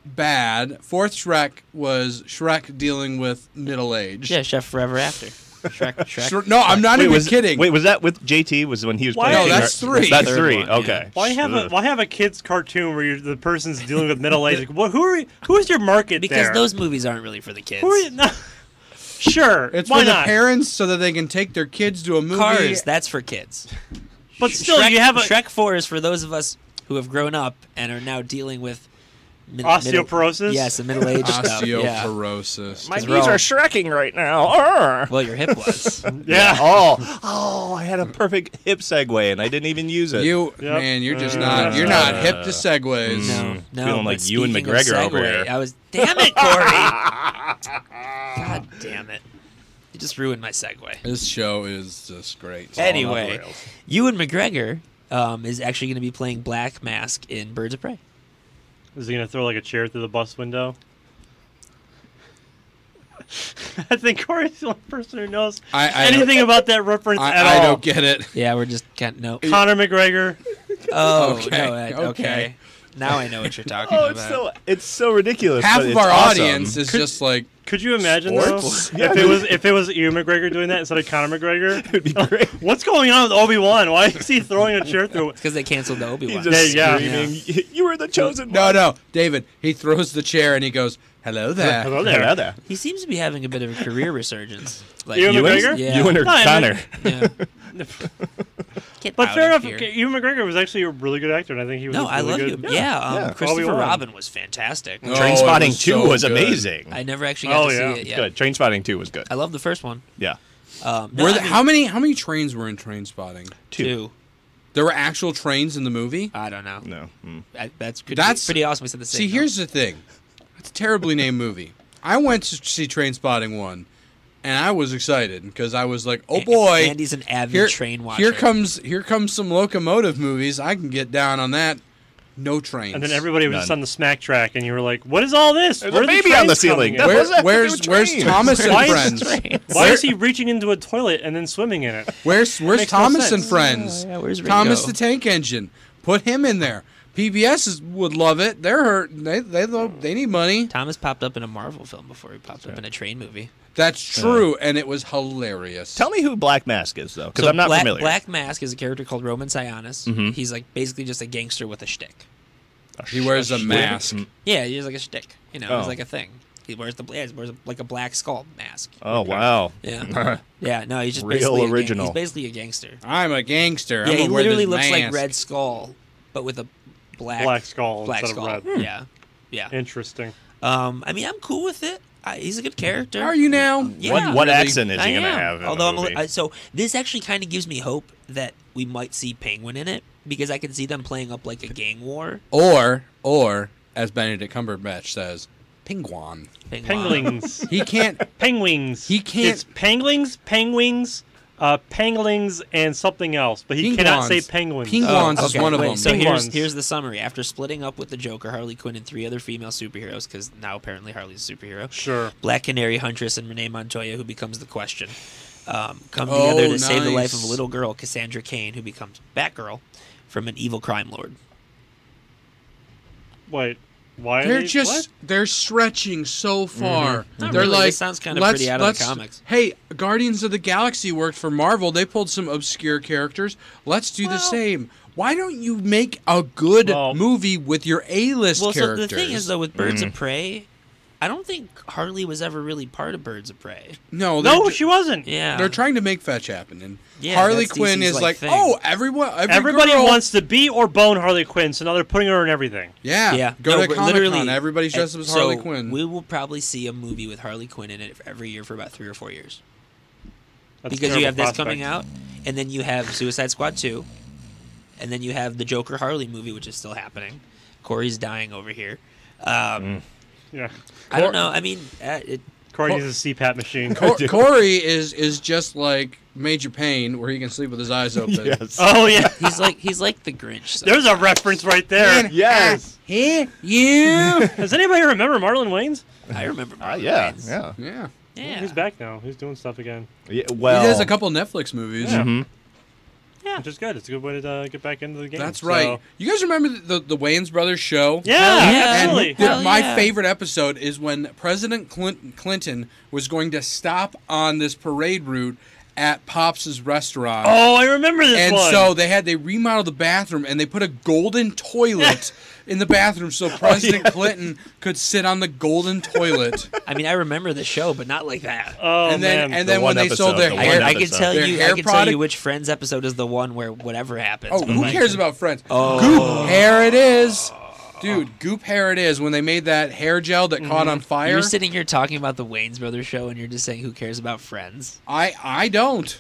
Speaker 1: bad. Fourth Shrek was Shrek dealing with middle age.
Speaker 2: yeah, Chef Forever After. Shrek, Shrek.
Speaker 1: Shrek- no, I'm not even
Speaker 5: was,
Speaker 1: kidding.
Speaker 5: Wait, was that with JT? Was when he was
Speaker 4: Why-
Speaker 5: playing?
Speaker 4: No,
Speaker 1: that's
Speaker 5: Shrek?
Speaker 1: three.
Speaker 5: That's
Speaker 2: Third
Speaker 5: three.
Speaker 2: one, yeah.
Speaker 5: okay.
Speaker 4: Why have a
Speaker 5: Ugh.
Speaker 4: why have a kids cartoon where you're, the person's dealing with middle age? Like, what? Who are you, who's your market
Speaker 2: because
Speaker 4: there?
Speaker 2: those movies aren't really for the kids.
Speaker 4: who are you? No. Sure,
Speaker 1: It's
Speaker 4: why
Speaker 1: for the
Speaker 4: not?
Speaker 1: parents so that they can take their kids to a movie.
Speaker 2: Cars, that's for kids.
Speaker 4: but still,
Speaker 2: Shrek,
Speaker 4: you have a
Speaker 2: Shrek Four is for those of us who have grown up and are now dealing with mid-
Speaker 4: Osteoporosis?
Speaker 2: Middle, yes, the middle age stuff. Yeah.
Speaker 1: Osteoporosis.
Speaker 5: My
Speaker 2: It's wrong.
Speaker 5: shrecking right now. Arr.
Speaker 2: Well, your hip was.
Speaker 4: yeah.
Speaker 5: Oh, oh! I had a perfect hip segue and I didn't even use it.
Speaker 1: You
Speaker 4: Yep.
Speaker 1: man, you're just
Speaker 4: Uh,
Speaker 1: not you're not hip to segues.
Speaker 2: No, no.
Speaker 5: Mm-hmm. feeling like
Speaker 2: but
Speaker 5: you and
Speaker 2: speaking of
Speaker 5: McGregor over
Speaker 2: segue,
Speaker 5: here.
Speaker 2: I was. Damn it, Corey! God damn it! You just ruined my segue.
Speaker 1: This show is just great.
Speaker 2: Anyway,
Speaker 5: rails.
Speaker 2: Ewan McGregor um, is actually going to be playing Black Mask in Birds of Prey.
Speaker 4: Is he gonna throw like a chair through the bus window? I think Corey's the only person who knows
Speaker 1: I- I-
Speaker 4: anything about that reference
Speaker 1: I,
Speaker 4: at
Speaker 1: I
Speaker 4: all.
Speaker 1: don't get it.
Speaker 2: Yeah, we're just kind of no.
Speaker 4: Conor McGregor.
Speaker 2: Oh,
Speaker 1: Okay,
Speaker 2: no, I- okay.
Speaker 1: okay.
Speaker 2: Now I know what you're talking
Speaker 5: Oh,
Speaker 2: about.
Speaker 5: it's so it's so ridiculous.
Speaker 1: Half
Speaker 5: but
Speaker 1: of
Speaker 5: it's
Speaker 1: our
Speaker 5: awesome.
Speaker 1: audience is just like
Speaker 4: Could you imagine
Speaker 5: Sports?
Speaker 4: though? If it was if it was Ewan McGregor doing that instead of Conor McGregor,
Speaker 5: It'd be great.
Speaker 4: what's going on with Obi Wan? Why is he throwing a chair through?
Speaker 2: because they canceled the Obi
Speaker 5: He's
Speaker 2: Wan.
Speaker 5: just
Speaker 4: Yeah, yeah.
Speaker 5: screaming, "You were the chosen
Speaker 1: No,
Speaker 5: one."
Speaker 1: no, David. He throws the chair and he goes, "Hello there."
Speaker 4: Hello there.
Speaker 5: Hello there.
Speaker 2: He seems to be having a bit of a career resurgence. Like
Speaker 4: Ewan
Speaker 5: You
Speaker 4: McGregor?
Speaker 5: and
Speaker 2: Yeah.
Speaker 5: you and her
Speaker 4: No, I mean-
Speaker 5: Connor.
Speaker 2: Yeah. Get
Speaker 4: But
Speaker 2: out
Speaker 4: fair
Speaker 2: of
Speaker 4: enough.
Speaker 2: here.
Speaker 4: Ewan McGregor was actually a really good actor, and I think he was.
Speaker 2: No,
Speaker 4: a
Speaker 2: I
Speaker 4: really
Speaker 2: love you.
Speaker 4: good,
Speaker 2: Yeah, um,
Speaker 5: Yeah.
Speaker 2: Christopher
Speaker 4: Obi-Wan.
Speaker 2: Robin was fantastic.
Speaker 1: Oh,
Speaker 5: Train Spotting
Speaker 1: it
Speaker 5: 2
Speaker 1: so
Speaker 5: was
Speaker 1: good.
Speaker 5: amazing.
Speaker 2: I Oh. never actually got
Speaker 4: Oh,
Speaker 2: to
Speaker 4: yeah.
Speaker 2: see it yet.
Speaker 5: Good. Train Spotting 2 was good.
Speaker 2: I love the first one.
Speaker 5: Yeah.
Speaker 2: Um, no,
Speaker 1: Were
Speaker 2: I
Speaker 1: there-
Speaker 2: mean,
Speaker 1: how many how many trains were in Train Spotting?
Speaker 5: Two.
Speaker 1: There were actual trains in the movie.
Speaker 2: I don't know.
Speaker 5: No. Mm.
Speaker 2: I, that's good.
Speaker 1: That's-
Speaker 2: That's pretty awesome. We said the same.
Speaker 1: See, here's the thing. It's a terribly named movie. I went to see Train Spotting one, and I was excited because I was like, "Oh boy,
Speaker 2: Andy's an avid
Speaker 1: here,
Speaker 2: train watcher.
Speaker 1: here comes here comes some locomotive movies. I can get down on that. No trains.
Speaker 4: And then everybody was just
Speaker 5: None.
Speaker 4: on the smack track, and you were like, "What is all this?
Speaker 5: There's
Speaker 4: Where
Speaker 5: a
Speaker 4: are the
Speaker 5: baby on the
Speaker 4: trains coming
Speaker 5: ceiling.
Speaker 4: in?
Speaker 5: That
Speaker 1: Where-
Speaker 5: was that
Speaker 1: where's
Speaker 5: freaking
Speaker 1: where's
Speaker 5: train?
Speaker 1: Thomas and
Speaker 4: Why is
Speaker 1: friends?
Speaker 2: this train?
Speaker 4: Why is he reaching into a toilet and then swimming in it?
Speaker 1: Where's where's
Speaker 4: makes no
Speaker 1: Thomas
Speaker 4: sense. Mm,
Speaker 1: and friends?
Speaker 2: Oh, yeah, where's
Speaker 1: Thomas
Speaker 2: Ringo?
Speaker 1: the Tank Engine. Put him in there. PBS is, would love it. They're hurt. They they love, they need money.
Speaker 2: Thomas popped up in a Marvel film before he popped up in a train movie.
Speaker 1: That's true, and it was hilarious.
Speaker 5: Tell me who Black Mask is, though, because
Speaker 2: So
Speaker 5: I'm not
Speaker 2: Black,
Speaker 5: familiar.
Speaker 2: Black Mask is a character called Roman Sionis. He's like basically just a gangster with a shtick.
Speaker 1: he wears a mask.
Speaker 2: Yeah, he's like a shtick. You know,
Speaker 5: Oh.
Speaker 2: he's like a thing. He wears the yeah, he wears like a black skull mask.
Speaker 5: Oh, wow.
Speaker 2: Yeah, yeah. No, he's just
Speaker 5: Real
Speaker 2: basically a gang-
Speaker 5: original.
Speaker 2: he's basically a gangster.
Speaker 1: I'm a gangster.
Speaker 2: yeah,
Speaker 1: I'm
Speaker 2: he
Speaker 1: gonna wear
Speaker 2: literally
Speaker 1: this
Speaker 2: looks like
Speaker 1: mask.
Speaker 2: Red Skull, but with a black
Speaker 4: Black skull
Speaker 2: Black
Speaker 4: instead
Speaker 2: skull.
Speaker 4: of red.
Speaker 2: Yeah, yeah.
Speaker 4: Interesting.
Speaker 2: Um, I mean, I'm cool with it. I, he's a good character.
Speaker 1: Are you now?
Speaker 2: Yeah.
Speaker 5: What, what
Speaker 1: Really?
Speaker 5: accent is
Speaker 2: I
Speaker 5: he going to
Speaker 2: am.
Speaker 5: have? In
Speaker 2: Although
Speaker 5: the movie?
Speaker 2: I'm, I, so this actually kind of gives me hope that we might see Penguin in it because I can see them playing up like a gang war.
Speaker 1: Or or as Benedict Cumberbatch says, Penguin.
Speaker 4: Penguins.
Speaker 1: He can't.
Speaker 4: penguins.
Speaker 1: He can't-
Speaker 4: It's penguins, penguins, uh, penguins, and something else. But he cannot say
Speaker 1: Penguins.
Speaker 4: penguins. Oh,
Speaker 1: Penguins. Penguins is one of
Speaker 2: Oh, wait,
Speaker 1: them.
Speaker 2: So here's,
Speaker 4: Penguins.
Speaker 2: here's the summary. After splitting up with the Joker, Harley Quinn, and three other female superheroes, because now apparently Harley's a superhero,
Speaker 4: Sure.
Speaker 2: Black Canary, Huntress, and Renee Montoya, who becomes the Question, um, come
Speaker 1: Oh,
Speaker 2: together to save the life of a
Speaker 1: nice.
Speaker 2: little girl, Cassandra Kane, who becomes Batgirl, from an evil crime lord.
Speaker 4: Wait. Why? Are
Speaker 1: They're
Speaker 4: they-
Speaker 1: just they're stretching so far.
Speaker 2: Mm-hmm. Not
Speaker 1: They're
Speaker 2: really.
Speaker 1: like
Speaker 2: This sounds kinda
Speaker 1: "Let's-
Speaker 2: pretty out of the
Speaker 1: let's-
Speaker 2: comics."
Speaker 1: Hey, Guardians of the Galaxy worked for Marvel. They pulled some obscure characters. Let's do the
Speaker 2: Well-
Speaker 1: same. Why don't you make a good
Speaker 4: Well-
Speaker 1: movie with your A-list
Speaker 2: Well, so
Speaker 1: characters? Mm.
Speaker 2: the thing is though, with Birds of Prey, I don't think Harley was ever really part of Birds of Prey.
Speaker 1: no, they're
Speaker 4: No,
Speaker 1: ju-
Speaker 4: she wasn't.
Speaker 2: Yeah,
Speaker 1: They're trying to make fetch happen, and
Speaker 2: Yeah,
Speaker 1: Harley
Speaker 2: that's
Speaker 1: Quinn
Speaker 2: DC's,
Speaker 1: is like,
Speaker 2: like, thing.
Speaker 1: oh, everyone, every
Speaker 4: Everybody
Speaker 1: girl-
Speaker 4: wants to be or bone Harley Quinn, so now they're putting her in everything.
Speaker 1: yeah,
Speaker 2: yeah.
Speaker 1: go to
Speaker 2: No, but
Speaker 1: Comic Con.
Speaker 2: literally- eh,
Speaker 1: Everybody's dressed up as
Speaker 2: so
Speaker 1: Harley Quinn.
Speaker 2: We will probably see a movie with Harley Quinn in it every year for about three or four years
Speaker 4: That's a
Speaker 2: because you
Speaker 4: terrible
Speaker 2: have this
Speaker 4: prospect.
Speaker 2: coming out, and then you have Suicide Squad two, and then you have the Joker Harley movie, which is still happening. Corey's dying over here. Um,
Speaker 4: Yeah,
Speaker 2: I don't know. I mean, uh, it,
Speaker 4: Corey needs a CPAP machine.
Speaker 1: Cor- Corey is is just like Major Payne, where he can sleep with his eyes open.
Speaker 5: yes.
Speaker 4: oh yeah,
Speaker 2: he's like he's like the Grinch. so-
Speaker 4: there's a reference right there.
Speaker 1: And
Speaker 5: Yes.
Speaker 1: I hear you.
Speaker 4: Does anybody remember Marlon Wayans?
Speaker 2: I remember.
Speaker 5: Ah,
Speaker 2: Marlon
Speaker 5: yeah,
Speaker 2: Wayans.
Speaker 5: yeah,
Speaker 1: yeah,
Speaker 2: yeah.
Speaker 4: He's back now. He's doing stuff again.
Speaker 5: yeah. Well,
Speaker 1: he does a couple Netflix movies.
Speaker 4: Yeah.
Speaker 5: mhm.
Speaker 4: Which is good. It's a good way to uh, get back into the game.
Speaker 1: That's
Speaker 4: so-
Speaker 1: right. You guys remember the the, the Wayans Brothers show?
Speaker 4: Yeah,
Speaker 2: yeah.
Speaker 4: absolutely.
Speaker 1: And the-
Speaker 2: Hell
Speaker 1: my
Speaker 2: yeah.
Speaker 1: favorite episode is when President Clint- Clinton was going to stop on this parade route at Pops' restaurant.
Speaker 4: Oh, I remember this
Speaker 1: and
Speaker 4: one.
Speaker 1: so they had they remodeled the bathroom and they put a golden toilet in the bathroom so President Clinton could sit on the golden toilet.
Speaker 2: I mean, I remember the show, but not like that.
Speaker 4: oh
Speaker 1: and then
Speaker 4: man.
Speaker 1: and
Speaker 5: The
Speaker 1: then when
Speaker 5: one
Speaker 1: they sold
Speaker 5: episode,
Speaker 1: their
Speaker 5: the
Speaker 2: I,
Speaker 5: one
Speaker 1: hair,
Speaker 2: I can
Speaker 5: episode.
Speaker 2: tell
Speaker 1: Their
Speaker 2: you. I
Speaker 1: hair
Speaker 2: can tell
Speaker 1: product-
Speaker 2: you which Friends episode is the one where whatever happens.
Speaker 1: oh,
Speaker 2: but,
Speaker 1: who
Speaker 2: like,
Speaker 1: cares about Friends?
Speaker 2: Oh.
Speaker 1: Goop hair it is, dude. Goop hair it is. When they made that hair gel that caught on fire,
Speaker 2: Mm-hmm. You're sitting here talking about the Wayne's Brothers show, and you're just saying, "Who cares about Friends?"
Speaker 1: I I don't.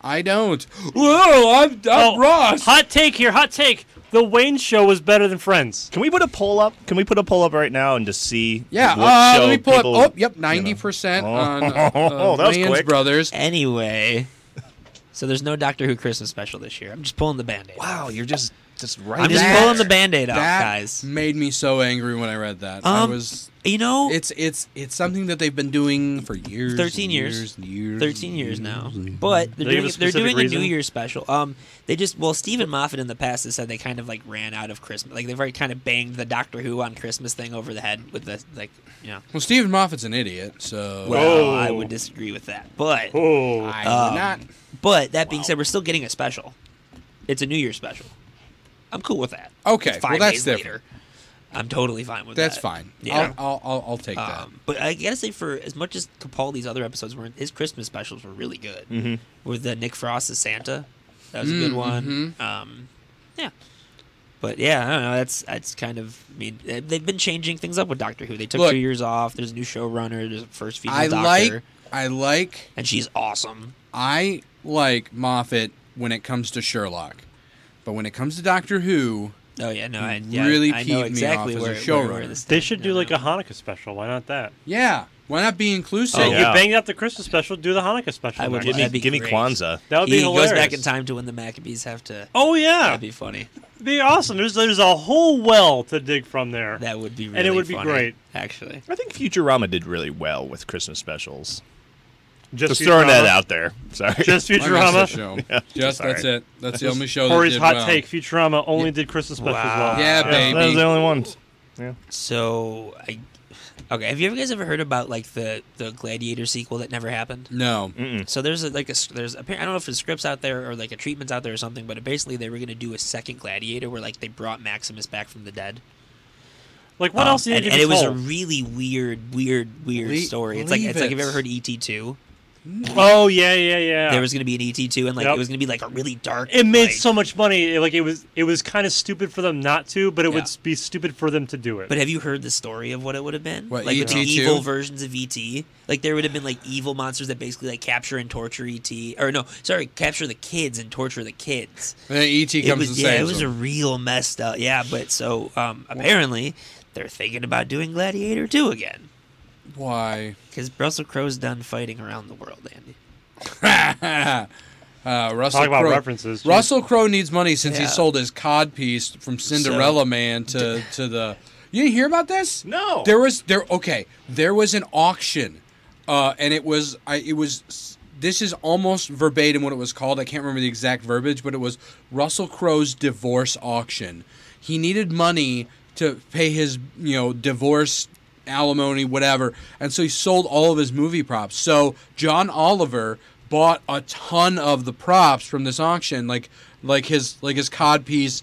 Speaker 1: I don't. Whoa, I'm, I'm
Speaker 4: Oh,
Speaker 1: Ross.
Speaker 4: Hot take here. Hot take. The Wayne Show was better than Friends.
Speaker 5: Can we put a poll up? Can we put a poll up right now and just see?
Speaker 1: Yeah,
Speaker 5: what
Speaker 1: uh,
Speaker 5: show
Speaker 1: let me pull
Speaker 5: people-
Speaker 1: up. Oh, yep, ninety percent
Speaker 5: Oh.
Speaker 1: on uh,
Speaker 5: Oh, that was
Speaker 1: Wayans
Speaker 5: quick.
Speaker 1: Brothers.
Speaker 2: Anyway, so there's no Doctor Who Christmas special this year. I'm just pulling the band-aid. off.
Speaker 5: Wow, you're just just right.
Speaker 2: I'm just
Speaker 1: That-
Speaker 2: pulling the band-aid off,
Speaker 1: That
Speaker 2: guys.
Speaker 1: made me so angry when I read that. I
Speaker 2: Um,
Speaker 1: was.
Speaker 2: You know,
Speaker 1: It's it's it's something that they've been doing for years.
Speaker 2: 13
Speaker 1: and
Speaker 2: years.
Speaker 1: and years.
Speaker 2: 13 years
Speaker 1: and
Speaker 2: now.
Speaker 1: and
Speaker 2: But they're
Speaker 4: They give
Speaker 2: doing,
Speaker 4: a
Speaker 2: they're
Speaker 4: specific
Speaker 2: doing a
Speaker 4: reason?
Speaker 2: New Year special. Um, they just well, Stephen Moffat in the past has said they kind of like ran out of Christmas. Like they've already kind of banged the Doctor Who on Christmas thing over the head with the like, you know.
Speaker 1: Well, Stephen Moffat's an idiot, so
Speaker 2: Well, I
Speaker 4: Oh.
Speaker 2: would disagree with that, but
Speaker 4: Oh,
Speaker 1: I
Speaker 2: um,
Speaker 1: would not.
Speaker 2: but that being said, we're still getting a special. It's a New Year special. I'm cool with that.
Speaker 1: Okay,
Speaker 2: Five
Speaker 1: well that's
Speaker 2: days
Speaker 1: different.
Speaker 2: later, I'm totally fine with
Speaker 1: That's
Speaker 2: that.
Speaker 1: fine.
Speaker 2: Yeah.
Speaker 1: I'll, I'll, I'll I'll take that.
Speaker 2: Um, but I gotta say, for as much as Capaldi's other episodes were, his Christmas specials were really good.
Speaker 1: Mm-hmm.
Speaker 2: With the Nick Frost as Santa, that was a good
Speaker 1: Mm,
Speaker 2: one.
Speaker 4: mm-hmm.
Speaker 2: Um, yeah, but yeah, I don't know. That's that's kind of. I mean, eh, they've been changing things up with Doctor Who. They took
Speaker 1: Look-
Speaker 2: two years off. There's a new showrunner. There's a first female
Speaker 1: I
Speaker 2: Doctor,
Speaker 1: like I like
Speaker 2: and she's awesome.
Speaker 1: I like Moffat when it comes to Sherlock, but when it comes to Doctor Who,
Speaker 2: Oh yeah, no, I
Speaker 1: He
Speaker 2: yeah,
Speaker 1: really
Speaker 2: I
Speaker 1: peeved me
Speaker 2: know
Speaker 1: off
Speaker 2: exactly
Speaker 1: as a
Speaker 2: where,
Speaker 1: showrunner.
Speaker 2: where- where this
Speaker 4: they
Speaker 2: thing-
Speaker 4: should
Speaker 2: I
Speaker 4: do like
Speaker 2: know.
Speaker 4: a Hanukkah special. Why not that?
Speaker 1: yeah, why not be inclusive?
Speaker 2: Oh,
Speaker 4: you
Speaker 5: yeah.
Speaker 4: banged out the Christmas special. Do the Hanukkah special.
Speaker 2: I would
Speaker 5: give
Speaker 4: next.
Speaker 5: me,
Speaker 2: That'd be
Speaker 5: give me
Speaker 2: great.
Speaker 5: Kwanzaa.
Speaker 4: that would be
Speaker 2: he
Speaker 4: hilarious.
Speaker 2: goes back in time to when the Maccabees have to.
Speaker 4: Oh yeah,
Speaker 2: That'd be funny.
Speaker 4: be awesome. There's there's a whole well to dig from there.
Speaker 2: That would be really
Speaker 4: it would be
Speaker 2: funny,
Speaker 4: great.
Speaker 2: actually.
Speaker 5: I think Futurama did really well with Christmas specials.
Speaker 4: just
Speaker 5: Just throwing that
Speaker 4: Futurama.
Speaker 5: out there. Sorry.
Speaker 4: Just
Speaker 1: Why not that
Speaker 4: Futurama.
Speaker 1: show. Just that's it. That's the only show.
Speaker 4: Corey's
Speaker 1: that did
Speaker 4: hot
Speaker 1: well.
Speaker 4: take. Futurama only did Christmas specials
Speaker 2: Wow.
Speaker 4: well.
Speaker 1: Yeah, baby.
Speaker 5: that was the only ones.
Speaker 2: So I okay. Have you ever guys ever heard about like the the Gladiator sequel that never happened?
Speaker 1: No.
Speaker 4: Hmm.
Speaker 2: So there's a, like a s- there's apparent I don't know if the scripts out there or like a treatment's out there or something, but basically they were gonna do a second Gladiator where like they brought Maximus back from the dead.
Speaker 4: Like what
Speaker 2: Um,
Speaker 4: else? do you
Speaker 2: and,
Speaker 4: need to
Speaker 2: and
Speaker 4: be
Speaker 2: it was a
Speaker 4: told?
Speaker 2: really weird, weird, weird
Speaker 1: Le-
Speaker 2: story. It's like
Speaker 1: leave
Speaker 2: it's like have you
Speaker 1: it.
Speaker 2: ever heard ET two?
Speaker 4: Oh yeah, yeah, yeah.
Speaker 2: There was gonna be an ET two, and like
Speaker 4: Yep.
Speaker 2: it was gonna be like a really dark.
Speaker 4: It made
Speaker 2: like-
Speaker 4: so much money. It- Like it was, it was kind of stupid for them not to, but it
Speaker 2: Yeah.
Speaker 4: would be stupid for them to do it.
Speaker 2: But have you heard the story of what it would have been?
Speaker 1: What,
Speaker 2: like with the
Speaker 1: ET2?
Speaker 2: evil versions of ET. Like there would have been like evil monsters that basically like capture and torture ET or no, sorry, capture the kids and torture the kids.
Speaker 1: And then ET
Speaker 2: It
Speaker 1: comes
Speaker 2: was
Speaker 1: and
Speaker 2: yeah, it
Speaker 1: saves
Speaker 2: was a
Speaker 1: them.
Speaker 2: real messed up. Yeah, but so um apparently they're thinking about doing Gladiator 2 again
Speaker 1: Why?
Speaker 2: cuz Russell Crowe's done fighting around the world, Andy.
Speaker 1: uh, Russell
Speaker 4: Talk about
Speaker 1: Crowe.
Speaker 4: references.
Speaker 1: Russell Crowe needs money since he
Speaker 2: Yeah.
Speaker 1: sold his cod piece from Cinderella Man to to the. You didn't hear about this?
Speaker 5: No.
Speaker 1: There was there. Okay, there was an auction, uh, and it was I. It was. This is almost verbatim what it was called. I can't remember the exact verbiage, but it was Russell Crowe's divorce auction. He needed money to pay his you know divorce alimony whatever and so he sold all of his movie props so john oliver bought a ton of the props from this auction like like his like his cod piece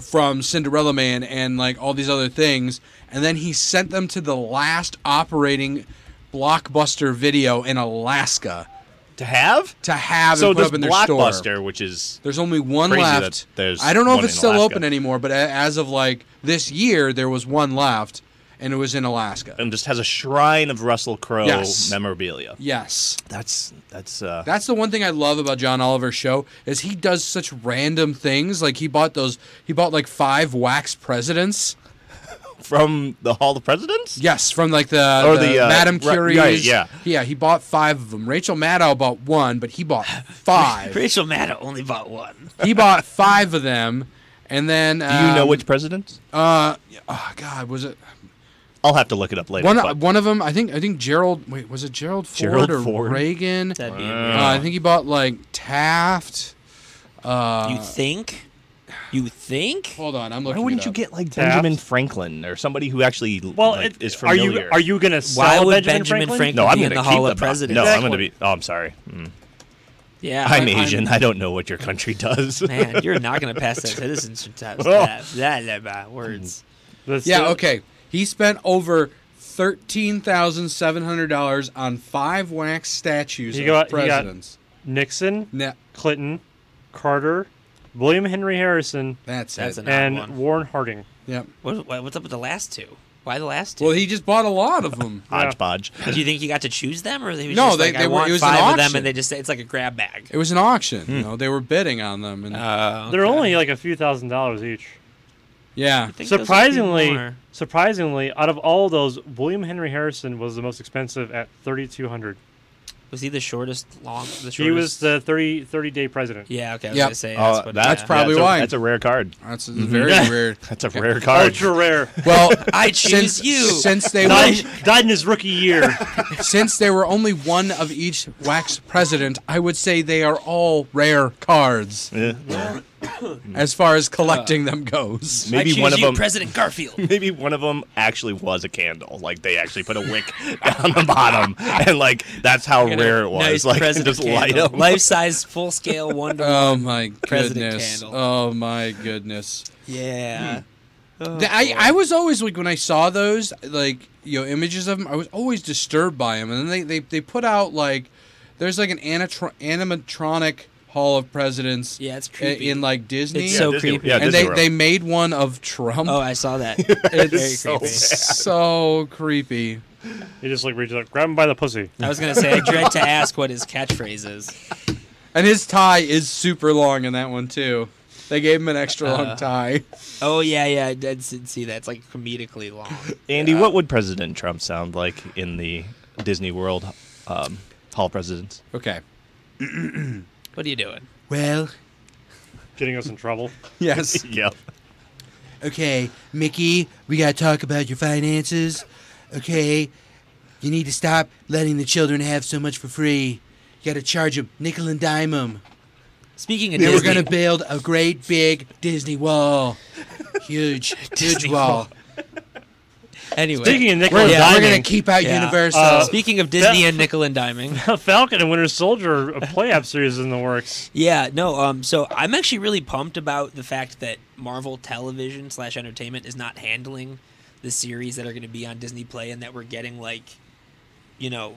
Speaker 1: from Cinderella Man and like all these other things, and then he sent them to the last operating blockbuster video in Alaska
Speaker 3: To have?
Speaker 1: to have
Speaker 5: so
Speaker 1: and put
Speaker 5: this
Speaker 1: up in their store.
Speaker 5: blockbuster, which is
Speaker 1: There's only one
Speaker 5: Crazy that
Speaker 1: left.
Speaker 5: there's
Speaker 1: I don't know if
Speaker 5: one
Speaker 1: it's
Speaker 5: in
Speaker 1: still
Speaker 5: Alaska.
Speaker 1: open anymore, but a- as of like this year, there was one left, and it was in Alaska.
Speaker 5: and just has a shrine of Russell Crowe
Speaker 1: Yes.
Speaker 5: memorabilia.
Speaker 1: yes,
Speaker 5: That's that's uh
Speaker 1: that's the one thing I love about John Oliver's show is he does such random things. Like he bought those, he bought like five wax presidents.
Speaker 5: from the Hall of Presidents.
Speaker 1: Yes, from like the,
Speaker 5: Or
Speaker 1: the,
Speaker 5: the, uh,
Speaker 1: Madame
Speaker 5: right-
Speaker 1: Curie's.
Speaker 5: right, yeah.
Speaker 1: yeah. He bought five of them. Rachel Maddow bought one, but he bought five.
Speaker 2: Rachel Maddow only bought one.
Speaker 1: he bought five of them, and then
Speaker 5: Do you know
Speaker 1: um,
Speaker 5: which presidents?
Speaker 1: Uh, oh God, was it?
Speaker 5: I'll have to look it up later.
Speaker 1: One,
Speaker 5: but
Speaker 1: one of them, I think. I think Gerald. Wait, was it Gerald Ford
Speaker 5: Gerald
Speaker 1: or
Speaker 5: Ford?
Speaker 1: Reagan? Uh,
Speaker 2: That'd be
Speaker 1: I think he bought like Taft.
Speaker 2: you think? You think?
Speaker 1: Hold on, I'm looking.
Speaker 5: why
Speaker 1: it
Speaker 5: wouldn't you
Speaker 1: up.
Speaker 5: get like
Speaker 4: Taft?
Speaker 5: Benjamin Franklin or somebody who actually
Speaker 4: Well,
Speaker 5: like,
Speaker 4: it,
Speaker 5: is
Speaker 4: are
Speaker 5: familiar?
Speaker 4: you are you gonna sell
Speaker 2: Why would
Speaker 4: Benjamin,
Speaker 2: Benjamin
Speaker 4: Franklin?
Speaker 2: Franklin-
Speaker 5: No, I'm
Speaker 2: be in
Speaker 5: going
Speaker 2: the
Speaker 5: to
Speaker 2: Hall
Speaker 5: keep
Speaker 2: of
Speaker 5: them.
Speaker 2: Presidents?
Speaker 5: No, I'm going to
Speaker 4: Exactly.
Speaker 5: be. Oh, I'm sorry. Mm.
Speaker 2: Yeah.
Speaker 5: I'm,
Speaker 1: I'm-
Speaker 5: Asian. I don't know what your country does.
Speaker 2: Man, you're not going to pass that citizenship test. That, that, that, that, words.
Speaker 4: This-
Speaker 1: Yeah. Okay. He spent over thirteen thousand seven hundred dollars on five wax statues
Speaker 4: He
Speaker 1: of
Speaker 4: got- he got-
Speaker 1: presidents.
Speaker 4: Nixon,
Speaker 1: Nah,
Speaker 4: Clinton, Carter, William Henry Harrison,
Speaker 1: that's,
Speaker 2: That's
Speaker 1: it.
Speaker 2: an- Not
Speaker 4: and
Speaker 2: one.
Speaker 4: Warren Harding.
Speaker 1: Yep.
Speaker 2: What, what, what's up with the last two? Why the last two?
Speaker 1: Well, he just bought a lot of them.
Speaker 5: Hodgepodge.
Speaker 2: Do you think he got to choose them, or they was
Speaker 1: No,
Speaker 2: just
Speaker 1: they-
Speaker 2: like,
Speaker 1: they
Speaker 2: I
Speaker 1: were-
Speaker 2: want
Speaker 1: it was an
Speaker 2: five of them,
Speaker 1: auction.
Speaker 2: and they just say it's like a grab bag.
Speaker 1: It was an auction. You know, they were bidding on them, and
Speaker 2: Uh,
Speaker 4: They're only like a few thousand dollars each.
Speaker 1: yeah,
Speaker 4: Surprisingly, surprisingly, out of all those, William Henry Harrison was the most expensive at thirty two hundred.
Speaker 2: was he the shortest long? The shortest?
Speaker 4: He was the 30, 30 day president.
Speaker 2: Yeah. Okay. I was
Speaker 1: Yep.
Speaker 2: gonna say
Speaker 5: Oh,
Speaker 2: that's what.
Speaker 5: that-
Speaker 1: That's
Speaker 2: yeah.
Speaker 1: prob- probably
Speaker 5: that's a-
Speaker 1: why.
Speaker 5: That's a rare card.
Speaker 1: that's very weird.
Speaker 5: That's a rare card.
Speaker 4: Ultra rare.
Speaker 1: Well,
Speaker 2: I choose
Speaker 1: since
Speaker 2: you.
Speaker 1: since they were
Speaker 4: died, died in his rookie year.
Speaker 1: Since there were only one of each wax president, I would say they are all rare cards
Speaker 5: Yeah, yeah.
Speaker 1: as far as collecting them goes.
Speaker 5: Maybe
Speaker 2: I choose
Speaker 5: one of
Speaker 2: you,
Speaker 5: them.
Speaker 2: President Garfield.
Speaker 5: Maybe one of them actually was a candle. Like they actually put a wick down the bottom, and like that's how rare it was.
Speaker 2: Nice
Speaker 5: like
Speaker 2: president
Speaker 5: just light
Speaker 2: candle.
Speaker 5: them.
Speaker 2: Life size, full scale, one to
Speaker 1: Oh my
Speaker 2: President
Speaker 1: goodness.
Speaker 2: candle.
Speaker 1: Oh my goodness. hmm.
Speaker 2: Yeah.
Speaker 1: Th-
Speaker 2: Oh,
Speaker 1: I, I was always like when I saw those like you know images of them I was always disturbed by them and then they, they, they put out like there's like an anatro- animatronic Hall of Presidents
Speaker 2: Yeah, it's
Speaker 1: i-
Speaker 2: creepy.
Speaker 1: in like Disney
Speaker 2: It's so
Speaker 5: Disney-
Speaker 2: creepy.
Speaker 5: Yeah,
Speaker 1: and
Speaker 5: Disney
Speaker 1: they,
Speaker 5: World.
Speaker 1: they made one of Trump
Speaker 2: Oh, I saw that.
Speaker 1: it's
Speaker 2: very creepy.
Speaker 1: so creepy
Speaker 4: He just like reaches out, grab him by the pussy.
Speaker 2: I was gonna say I dread to ask what his catchphrase is.
Speaker 1: And his tie is super long in that one too. They gave him an extra
Speaker 2: Uh-huh.
Speaker 1: long tie.
Speaker 2: Oh yeah, yeah, I did s- see that. It's like comedically long.
Speaker 5: Andy, what would President Trump sound like in the Disney World um, Hall of Presidents?
Speaker 1: Okay.
Speaker 2: What are you doing?
Speaker 1: Well,
Speaker 4: Getting us in trouble.
Speaker 1: yes.
Speaker 5: Yeah.
Speaker 1: Okay, Mickey, we got to talk about your finances. Okay. You need to stop letting the children have so much for free. You got to charge them nickel and dime them.
Speaker 2: Speaking of
Speaker 1: They were
Speaker 2: Disney,
Speaker 1: going to build a great big Disney wall. Huge, huge
Speaker 2: Disney
Speaker 1: wall.
Speaker 2: anyway.
Speaker 4: Speaking of nickel
Speaker 1: We're,
Speaker 4: and
Speaker 2: Yeah,
Speaker 1: going to
Speaker 4: diming,
Speaker 1: keep out
Speaker 2: Yeah.
Speaker 1: Universal.
Speaker 4: Uh,
Speaker 2: Speaking of Disney and nickel and diming.
Speaker 4: Falcon and Winter Soldier a play app series in the works.
Speaker 2: Yeah, no. Um, so I'm actually really pumped about the fact that Marvel Television slash Entertainment is not handling the series that are going to be on Disney Play, and that we're getting like, you know,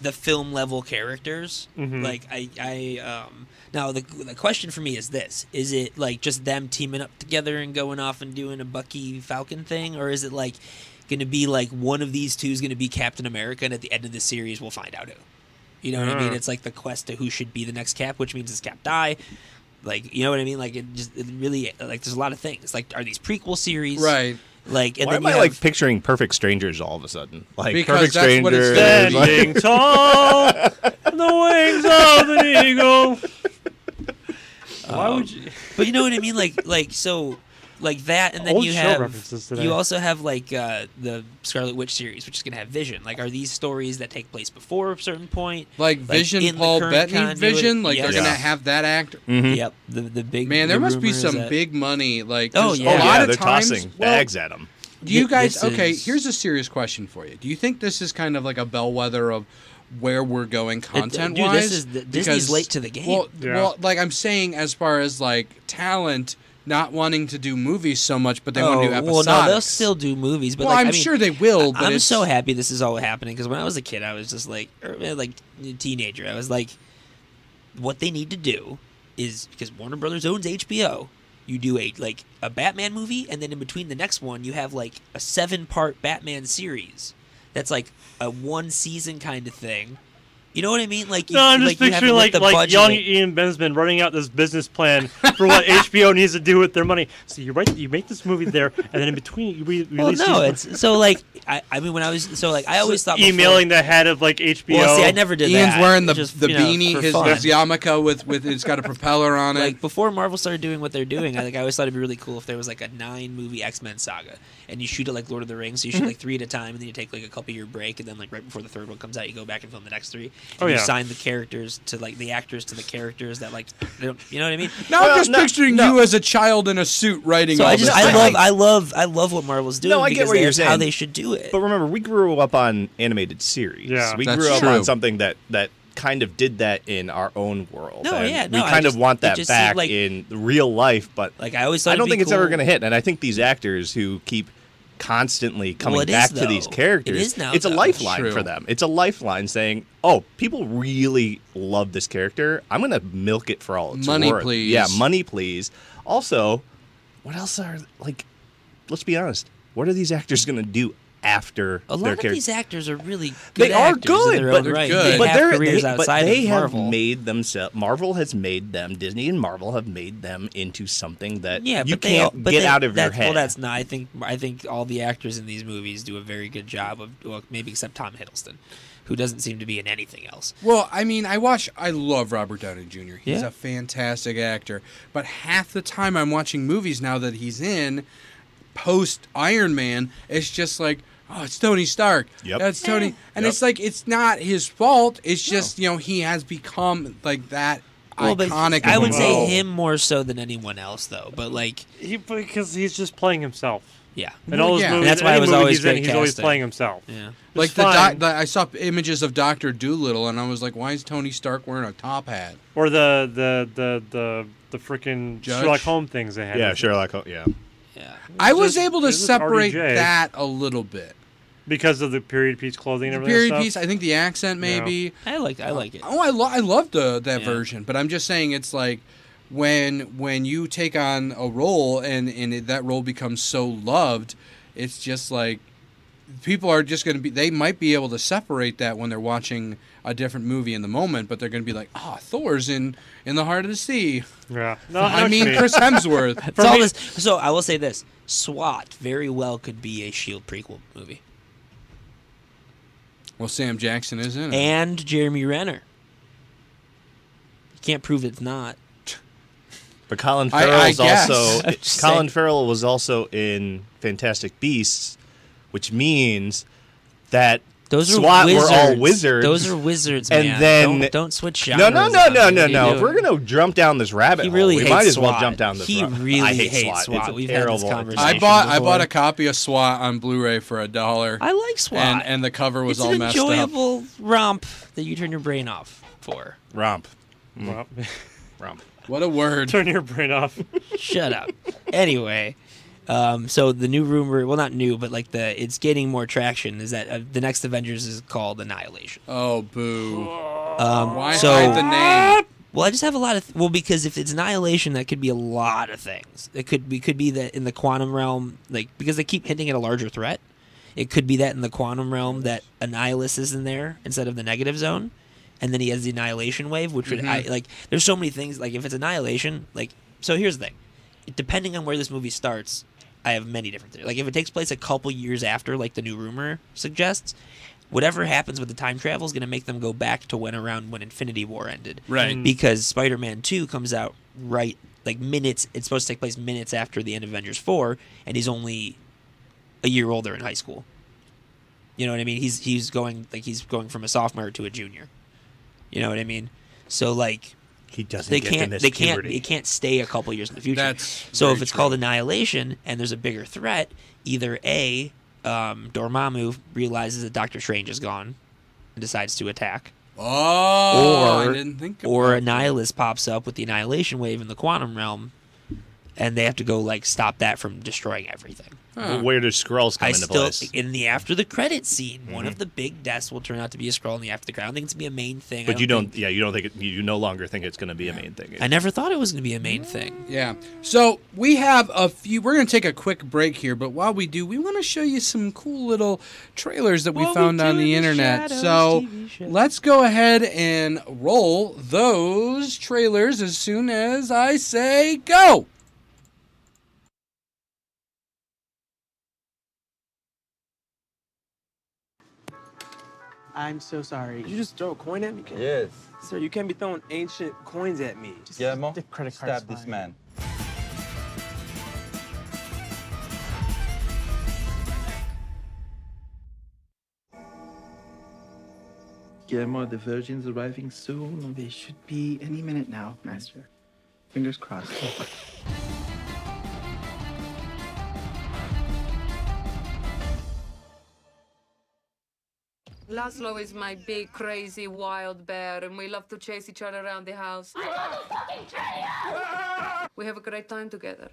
Speaker 2: the film level characters.
Speaker 5: Mm-hmm.
Speaker 4: Mhm.
Speaker 2: Like I, I um. Now the the question for me is this: Is it like just them teaming up together and going off and doing a Bucky Falcon thing, or is it like going to be like one of these two is going to be Captain America, and at the end of the series we'll find out who. You know what I mean?
Speaker 5: Mm-hmm.
Speaker 4: Yeah.
Speaker 2: It's like the quest to who should be the next Cap, which means is Cap die. Like you know what I mean? Like it just it really like there's a lot of things. Like are these prequel series?
Speaker 1: right.
Speaker 2: Like and
Speaker 5: Why
Speaker 2: then
Speaker 5: am
Speaker 2: you
Speaker 5: I
Speaker 2: have-
Speaker 5: like picturing Perfect Strangers all of a sudden? Like
Speaker 1: Because
Speaker 5: Perfect
Speaker 1: that's what it
Speaker 5: Strangers.
Speaker 1: says.
Speaker 5: like-
Speaker 4: Standing tall, on the wings of an eagle. Why would you?
Speaker 2: Um, But you know what I mean? Like like so like that and then
Speaker 4: Old
Speaker 2: you
Speaker 4: show
Speaker 2: have
Speaker 4: references today.
Speaker 2: you also have like uh the Scarlet Witch series which is going to have Vision. Like are these stories that take place before a certain point?
Speaker 1: like
Speaker 2: Like,
Speaker 1: Vision,
Speaker 2: in the
Speaker 1: Paul
Speaker 2: current
Speaker 1: Bettany
Speaker 2: continuity-
Speaker 1: Vision. Like they're
Speaker 2: Yes.
Speaker 1: gonna
Speaker 5: Yeah.
Speaker 1: have that act.
Speaker 5: Hmm. Mm-hmm. Oh,
Speaker 2: Yep. The the big
Speaker 1: Man, there
Speaker 2: the
Speaker 1: must be
Speaker 2: rumor is
Speaker 1: some
Speaker 2: that-
Speaker 1: big money. Like
Speaker 2: Oh,
Speaker 1: there's
Speaker 2: yeah.
Speaker 1: a
Speaker 5: Yeah,
Speaker 1: lot
Speaker 5: they're
Speaker 1: of times.
Speaker 5: tossing
Speaker 1: well,
Speaker 5: bags at them.
Speaker 1: do you
Speaker 2: Th-
Speaker 1: guys?
Speaker 2: this
Speaker 1: Okay,
Speaker 2: is-
Speaker 1: here's a serious question for you. Do you think this is kind of like a bellwether of where we're going content
Speaker 2: uh, dude,
Speaker 1: wise.
Speaker 2: this is the- Disney's late to the game.
Speaker 1: Well,
Speaker 4: Yeah.
Speaker 1: well, like I'm saying, as far as like talent, not wanting to do movies so much, but they want to do
Speaker 2: Oh, well,
Speaker 1: episodics.
Speaker 2: no, they'll still do movies. But
Speaker 1: Well,
Speaker 2: like,
Speaker 1: I'm
Speaker 2: I mean,
Speaker 1: sure they will. But
Speaker 2: I'm
Speaker 1: it's-
Speaker 2: so happy this is all happening because when I was a kid, I was just like, or, eh, like a teenager, I was like, what they need to do is because Warner Brothers owns HBO. You do a like a Batman movie, and then in between the next one, you have like a seven-part Batman series. That's like a one-season kind of thing. You know what I mean? Like, you,
Speaker 4: No, I'm
Speaker 2: like,
Speaker 4: just
Speaker 2: you haven't
Speaker 4: picturing
Speaker 2: let
Speaker 4: like
Speaker 2: the
Speaker 4: like
Speaker 2: budget-
Speaker 4: young Ian Bensman running out this business plan for what HBO needs to do with their money. So you write, you make this movie there, and then in between you re-
Speaker 2: Well,
Speaker 4: release.
Speaker 2: no,
Speaker 4: these-
Speaker 2: it's so like I, I mean when I was so like I always thought before-
Speaker 4: emailing the head of like HBO.
Speaker 2: Well, see, I never did
Speaker 1: Ian's
Speaker 2: that.
Speaker 1: wearing the
Speaker 2: Just,
Speaker 1: the
Speaker 2: you know,
Speaker 1: beanie,
Speaker 2: for
Speaker 1: his,
Speaker 2: fun.
Speaker 1: his yarmulke with with it's got a propeller on it.
Speaker 2: like before Marvel started doing what they're doing, I like I always thought it'd be really cool if there was like a nine movie X Men saga, and you shoot it like Lord of the Rings, so
Speaker 5: Mm-hmm.
Speaker 2: you shoot like three at a time, and then you take like a couple year break, and then like right before the third one comes out, you go back and film the next three, and
Speaker 4: Oh,
Speaker 2: you
Speaker 4: yeah.
Speaker 2: sign the characters to like the actors to the characters that like they don't, you know what I mean?
Speaker 1: now
Speaker 5: Well,
Speaker 1: I'm just
Speaker 5: no,
Speaker 1: picturing
Speaker 5: no.
Speaker 1: you as a child in a suit writing.
Speaker 2: So
Speaker 1: all
Speaker 2: I
Speaker 1: this
Speaker 2: just I
Speaker 1: down.
Speaker 2: love I love I love what Marvel's doing.
Speaker 5: No, I get
Speaker 2: because
Speaker 5: what you're
Speaker 2: that's How
Speaker 5: saying.
Speaker 2: they should do it.
Speaker 5: But remember, we grew up on animated series.
Speaker 4: Yeah.
Speaker 5: we
Speaker 1: That's
Speaker 5: grew up
Speaker 1: true.
Speaker 5: on something that that kind of did that in our own world.
Speaker 2: No,
Speaker 5: and
Speaker 2: yeah,
Speaker 5: we
Speaker 2: no, I
Speaker 5: kind
Speaker 2: just-
Speaker 5: of want
Speaker 2: it
Speaker 5: that
Speaker 2: just seemed
Speaker 5: back
Speaker 2: like-
Speaker 5: in real life, but
Speaker 2: like I always thought
Speaker 5: I
Speaker 2: it'd
Speaker 5: don't
Speaker 2: be
Speaker 5: think it's ever
Speaker 2: cool.
Speaker 5: going to hit. And I think these actors who keep constantly coming
Speaker 2: it is,
Speaker 5: back to these
Speaker 2: though.
Speaker 5: characters,
Speaker 2: It is now,
Speaker 5: it's a
Speaker 2: though.
Speaker 5: lifeline
Speaker 1: True.
Speaker 5: for them. It's a lifeline saying, "Oh, people really love this character. I'm going to milk it for all it's
Speaker 1: Money,
Speaker 5: worth."
Speaker 1: please.
Speaker 5: Yeah, money, please. Also, what else are like? Let's be honest. What are these actors going to do after
Speaker 2: A lot
Speaker 5: their
Speaker 2: of
Speaker 5: characters?
Speaker 2: these actors are really good
Speaker 5: They are
Speaker 2: actors
Speaker 5: good,
Speaker 2: in their
Speaker 5: but
Speaker 2: own
Speaker 1: they're
Speaker 2: right.
Speaker 1: good.
Speaker 2: They
Speaker 5: but
Speaker 2: have
Speaker 5: they're
Speaker 2: careers
Speaker 5: they,
Speaker 2: outside
Speaker 5: but they
Speaker 2: of
Speaker 5: have
Speaker 2: Marvel.
Speaker 5: made themselves. Marvel has made them. Disney and Marvel have made them into something that
Speaker 2: Yeah,
Speaker 5: you
Speaker 2: but they
Speaker 5: can't
Speaker 2: all- but
Speaker 5: get
Speaker 2: they-
Speaker 5: out of your
Speaker 2: that's-
Speaker 5: head.
Speaker 2: Well, that's not. I think I think all the actors in these movies do a very good job of, well, maybe except Tom Hiddleston, who doesn't seem to be in anything else.
Speaker 1: Well, I mean, I watch. I love Robert Downey Jr. He's
Speaker 2: Yeah.
Speaker 1: a fantastic actor. But half the time I'm watching movies now that he's in, post Iron Man, it's just like, oh, it's Tony Stark.
Speaker 5: Yep.
Speaker 1: That's Tony, and
Speaker 5: Yep.
Speaker 1: it's like it's not his fault. It's just you know he has become like that
Speaker 2: Well, but
Speaker 1: iconic.
Speaker 2: I
Speaker 1: of a
Speaker 2: would say
Speaker 1: role.
Speaker 2: him more so than anyone else, though. But like,
Speaker 4: he, because he's just playing himself.
Speaker 2: yeah,
Speaker 4: In all his
Speaker 1: yeah. And
Speaker 4: movies,
Speaker 2: that's why
Speaker 4: any
Speaker 2: I was
Speaker 4: movie
Speaker 2: always
Speaker 4: he's in,
Speaker 2: great
Speaker 4: he's always
Speaker 2: casting.
Speaker 4: playing himself.
Speaker 2: yeah.
Speaker 4: It's
Speaker 1: Like the, doc,
Speaker 4: fine.
Speaker 1: the I saw images of Doctor Doolittle, and I was like, why is Tony Stark wearing a top hat?
Speaker 4: or the the the the the freaking
Speaker 1: Judge?
Speaker 4: Sherlock Holmes things they had.
Speaker 5: yeah, Sherlock. Holmes, Yeah,
Speaker 2: Yeah.
Speaker 1: I was
Speaker 4: just-
Speaker 1: able to
Speaker 4: it's just
Speaker 1: separate
Speaker 4: RDJ.
Speaker 1: that a little bit.
Speaker 4: because of the period piece clothing and
Speaker 1: The
Speaker 4: everything.
Speaker 1: period piece, I think the accent maybe.
Speaker 2: I like I like it.
Speaker 1: Oh, I, lo- I love the that
Speaker 2: Yeah.
Speaker 1: version, but I'm just saying it's like when when you take on a role and and it, that role becomes so loved, it's just like people are just going to be they might be able to separate that when they're watching a different movie in the moment, but they're going to be like, "Ah, Thor's in in the heart of the sea."
Speaker 4: Yeah. No,
Speaker 1: I
Speaker 4: know
Speaker 1: mean,
Speaker 4: what you
Speaker 1: Chris Hemsworth.
Speaker 2: It's all
Speaker 4: me-
Speaker 2: this. So I will say this: SWAT very well could be a Shield E prequel movie,
Speaker 1: well, Sam Jackson is
Speaker 5: Mm-hmm.
Speaker 1: in it.
Speaker 2: and Jeremy Renner. You can't prove it's not.
Speaker 5: but Colin
Speaker 1: I- I
Speaker 5: Farrell's
Speaker 1: guess.
Speaker 5: also
Speaker 2: I'm just
Speaker 5: Colin
Speaker 2: saying.
Speaker 5: Farrell was also in Fantastic Beasts, which means that
Speaker 2: Those are
Speaker 5: SWAT
Speaker 2: wizards.
Speaker 5: were all wizards.
Speaker 2: Those are wizards,
Speaker 5: And
Speaker 2: man.
Speaker 5: then-
Speaker 2: don't, don't switch
Speaker 5: no,
Speaker 2: genres.
Speaker 5: no, no,
Speaker 2: on
Speaker 5: no,
Speaker 2: me. What are you
Speaker 5: no, no. If
Speaker 2: doing?
Speaker 5: we're gonna jump down this rabbit
Speaker 2: He really
Speaker 5: hole, we
Speaker 2: hates
Speaker 5: might as well
Speaker 2: SWAT.
Speaker 5: jump down this.
Speaker 2: He
Speaker 5: rabbit.
Speaker 2: really
Speaker 5: I hate
Speaker 2: hates
Speaker 5: SWAT.
Speaker 2: SWAT.
Speaker 5: It's a
Speaker 2: We've had this
Speaker 5: terrible
Speaker 2: conversation.
Speaker 1: I
Speaker 5: idea.
Speaker 1: bought I
Speaker 2: before.
Speaker 1: bought a copy of SWAT on Blu-ray for a dollar,
Speaker 2: I like SWAT.
Speaker 1: and and the cover was
Speaker 2: it's
Speaker 1: all
Speaker 2: an
Speaker 1: messed up.
Speaker 2: enjoyable romp that you turn your brain off for.
Speaker 5: romp,
Speaker 4: Well,
Speaker 5: romp.
Speaker 1: What a word!
Speaker 4: turn your brain off.
Speaker 2: Shut up. Anyway, um, so the new rumor, well, not new, but like the it's getting more traction is that uh, the next Avengers is called Annihilation.
Speaker 1: Oh, boo!
Speaker 2: Um,
Speaker 1: Why
Speaker 2: so
Speaker 1: hide the name?
Speaker 2: Well, I just have a lot of well because if it's annihilation, that could be a lot of things. It could be could be that in the quantum realm, like because they keep hinting at a larger threat. It could be that in the quantum realm that Annihilus is in there instead of the negative zone, and then he has the annihilation wave, which would I, like. There's so many things like if it's annihilation, like so. Here's the thing, depending on where this movie starts, I have many different theories. Like if it takes place a couple years after, like the new rumor suggests, whatever happens with the time travel is going to make them go back to when around when Infinity War ended,
Speaker 1: Right. Mm.
Speaker 2: Because Spider-Man Two comes out right like minutes. It's supposed to take place minutes after the end of Avengers Four, and he's only a year older in high school. You know what I mean? He's he's going like he's going from a sophomore to a junior. You know what I mean? So like
Speaker 5: He doesn't.
Speaker 2: they
Speaker 5: get
Speaker 2: can't
Speaker 5: to miss
Speaker 2: they can't
Speaker 5: puberty.
Speaker 2: it can't stay a couple years in the future.
Speaker 1: That's
Speaker 2: so if
Speaker 1: very
Speaker 2: it's
Speaker 1: true.
Speaker 2: called annihilation and there's a bigger threat, either a um, Dormammu realizes that Doctor Strange is gone, and decides to attack.
Speaker 1: Oh,
Speaker 2: Or-
Speaker 1: I didn't think. Of,
Speaker 2: Or a nihilist pops up with the annihilation wave in the quantum realm, and they have to go like stop that from destroying everything.
Speaker 1: huh.
Speaker 5: Where do Skrulls come
Speaker 2: I
Speaker 5: into
Speaker 2: still
Speaker 5: place?
Speaker 2: in the after the credit scene, one
Speaker 1: Mm-hmm.
Speaker 2: of the big deaths will turn out to be a scroll in the after the credit. I don't think it's gonna be a main thing. I
Speaker 5: But you
Speaker 2: think-
Speaker 5: don't. Yeah, you don't think it, you no longer think it's going to be a main thing.
Speaker 2: I never thought it was gonna be a main thing.
Speaker 1: Yeah. So we have a few. We're going to take a quick break here, but while we do, we want to show you some cool little trailers that we
Speaker 4: What we
Speaker 1: found
Speaker 4: do
Speaker 1: on
Speaker 4: in
Speaker 1: the
Speaker 4: the
Speaker 1: internet.
Speaker 4: shadows
Speaker 1: so
Speaker 4: TV show.
Speaker 1: let's go ahead and roll those trailers as soon as I say go.
Speaker 6: I'm so sorry.
Speaker 7: You just throw a coin at me? Ken?
Speaker 8: Yes.
Speaker 7: Sir, you can't be throwing ancient coins at me. Just
Speaker 8: Guillermo,
Speaker 6: The credit card's
Speaker 8: stab this
Speaker 6: fine.
Speaker 8: man.
Speaker 7: Guillermo, the virgin's arriving soon.
Speaker 6: They should be any minute now, Master. Fingers crossed.
Speaker 9: Laszlo is my big, crazy, wild bear, and we love to chase each other around the house. We have a great time together.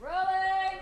Speaker 9: Rolling!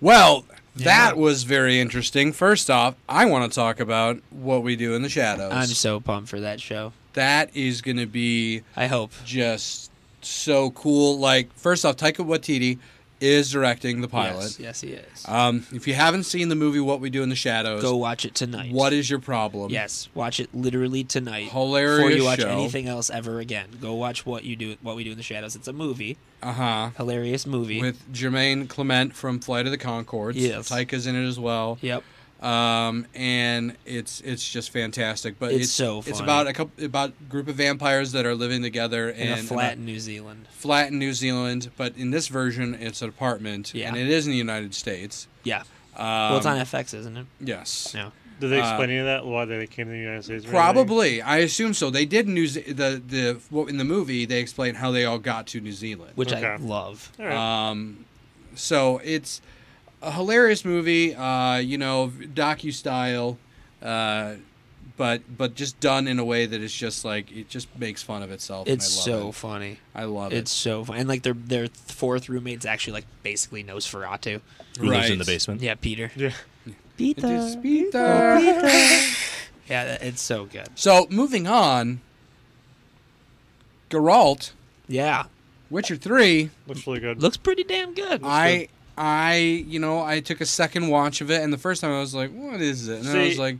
Speaker 1: Well, that was very interesting. First off, I want to talk about what we do in the shadows.
Speaker 2: I'm so pumped for that show.
Speaker 1: that is going to be
Speaker 2: I hope.
Speaker 1: just so cool. Like, first off, Taika Waititi is directing the pilot.
Speaker 2: Yes, yes, he is.
Speaker 1: Um, if you haven't seen the movie What We Do in the Shadows,
Speaker 2: Go watch it tonight.
Speaker 1: what is your problem?
Speaker 2: Yes, watch it literally tonight. Before
Speaker 1: Hilarious
Speaker 2: you watch
Speaker 1: show.
Speaker 2: anything else ever again, go watch what you do. What we do in the shadows. It's a movie,
Speaker 1: Uh huh.
Speaker 2: hilarious movie.
Speaker 1: With Jermaine Clement from Flight of the Concords.
Speaker 2: Yes.
Speaker 1: Taika's in it as well.
Speaker 2: yep,
Speaker 1: Um, and it's it's just fantastic. But
Speaker 2: It's
Speaker 1: it's,
Speaker 2: so
Speaker 1: it's
Speaker 2: funny.
Speaker 1: about a couple about a group of vampires that are living together
Speaker 2: in
Speaker 1: and uh,
Speaker 2: a flat in New Zealand.
Speaker 1: flat in New Zealand, but in this version it's an apartment.
Speaker 2: Yeah.
Speaker 1: And it is in the United States.
Speaker 2: Yeah,
Speaker 1: Um,
Speaker 2: well, it's on FX, isn't it?
Speaker 1: Yes.
Speaker 2: No.
Speaker 4: Did they
Speaker 1: Uh,
Speaker 4: explain any of that? Why they came to the United States? or anything?
Speaker 1: Probably, I assume so. They did New Ze- the the well, in the movie they explain how they all got to New Zealand.
Speaker 2: Which I
Speaker 4: Okay.
Speaker 2: love.
Speaker 4: All right.
Speaker 1: Um, so it's a hilarious movie, uh, you know, docu style, uh, but but just done in a way that is just like it just makes fun of itself.
Speaker 2: It's
Speaker 1: and I
Speaker 2: so
Speaker 1: love
Speaker 2: funny.
Speaker 1: It. I love
Speaker 2: It's so fun. And like their their fourth roommate's actually like basically Nosferatu.
Speaker 1: it.
Speaker 5: Who lives in the basement?
Speaker 2: Yeah, Peter.
Speaker 4: yeah.
Speaker 1: It is Peter.
Speaker 2: Yeah, that- it's so good.
Speaker 1: So moving on, Geralt,
Speaker 2: Yeah,
Speaker 1: Witcher three.
Speaker 4: Looks really good.
Speaker 2: looks pretty damn good.
Speaker 1: I I you know I took a second watch of it, and the first time I was like, "What is it?" And then I
Speaker 4: See,
Speaker 1: was like,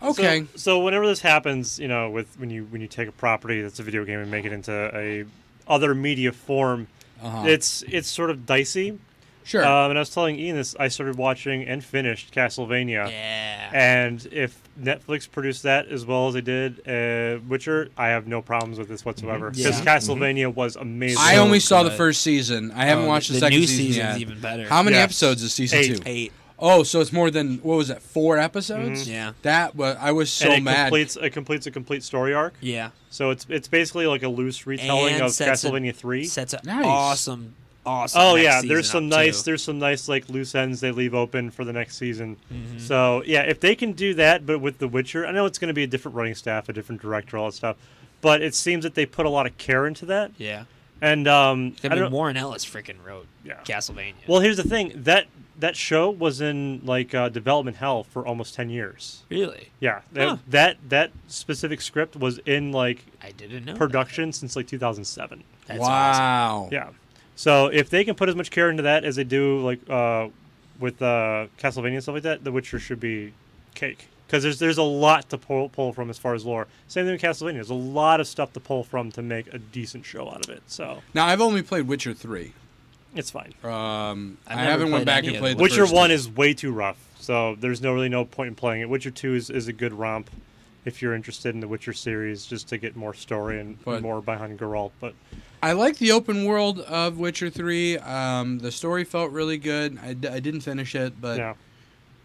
Speaker 4: So-
Speaker 1: "Okay."
Speaker 4: So, whenever this happens, you know, with when you when you take a property that's a video game and make it into a other media form,
Speaker 1: Uh-huh.
Speaker 4: it's it's sort of dicey.
Speaker 1: sure.
Speaker 4: Um, and I was telling Ian this. I started watching and finished Castlevania.
Speaker 2: yeah.
Speaker 4: And if Netflix produced that as well as they did uh, Witcher, I have no problems with this whatsoever. Because
Speaker 2: Yeah.
Speaker 4: Castlevania was amazing.
Speaker 1: I
Speaker 2: so
Speaker 1: only saw the
Speaker 2: good.
Speaker 1: first season. I haven't
Speaker 2: Oh,
Speaker 1: watched the,
Speaker 2: the- the
Speaker 1: second
Speaker 2: new
Speaker 1: season
Speaker 2: season's
Speaker 1: yet.
Speaker 2: even better.
Speaker 1: How many
Speaker 4: Yeah.
Speaker 1: episodes is season
Speaker 4: Eight.
Speaker 1: two?
Speaker 2: Eight.
Speaker 1: Oh, so it's more than what was that? Four episodes.
Speaker 2: Mhm. Yeah.
Speaker 1: That was I was so
Speaker 4: and it
Speaker 1: mad.
Speaker 4: completes it completes a complete story arc.
Speaker 2: Yeah.
Speaker 4: So it's it's basically like a loose retelling
Speaker 2: And
Speaker 4: of
Speaker 2: sets a-
Speaker 4: Castlevania three.
Speaker 2: Sets an
Speaker 1: Nice.
Speaker 2: awesome, awesome.
Speaker 4: oh
Speaker 2: next
Speaker 4: yeah,
Speaker 2: season
Speaker 4: there's some
Speaker 2: up, too.
Speaker 4: nice there's some nice like loose ends they leave open for the next season.
Speaker 2: Mm-hmm.
Speaker 4: So yeah, if they can do that, but with The Witcher, I know it's going to be a different running staff, a different director, all that stuff. But it seems that they put a lot of care into that.
Speaker 2: Yeah.
Speaker 4: And um,
Speaker 2: I
Speaker 4: I
Speaker 2: mean,
Speaker 4: don't-
Speaker 2: Warren Ellis freaking wrote
Speaker 4: Yeah.
Speaker 2: Castlevania.
Speaker 4: Well, here's the thing that that show was in like uh, development hell for almost ten years.
Speaker 2: really?
Speaker 4: Yeah, that
Speaker 2: Huh.
Speaker 4: that, that specific script was in like
Speaker 2: I didn't know.
Speaker 4: production since like 2007.
Speaker 2: that. That's awesome.
Speaker 1: wow.
Speaker 4: Yeah, so if they can put as much care into that as they do like uh, with uh, Castlevania and stuff like that, The Witcher should be cake because there's there's a lot to pull, pull from as far as lore. Same thing with Castlevania. There's a lot of stuff to pull from to make a decent show out of it. So
Speaker 1: Now I've only played Witcher three.
Speaker 4: it's fine.
Speaker 1: Um,
Speaker 2: I've
Speaker 1: I
Speaker 2: never
Speaker 1: haven't
Speaker 2: played
Speaker 1: went back
Speaker 2: any
Speaker 1: and
Speaker 2: of
Speaker 1: played.
Speaker 2: them.
Speaker 1: the
Speaker 4: Witcher
Speaker 1: first
Speaker 4: one is way too rough, so there's no really no point in playing it. Witcher two is, is a good romp. if you're interested in the Witcher series, just to get more story and
Speaker 1: But-
Speaker 4: more behind Geralt. But
Speaker 1: I like the open world of Witcher 3. Um, the story felt really good. I, d- I didn't finish it, but
Speaker 4: yeah,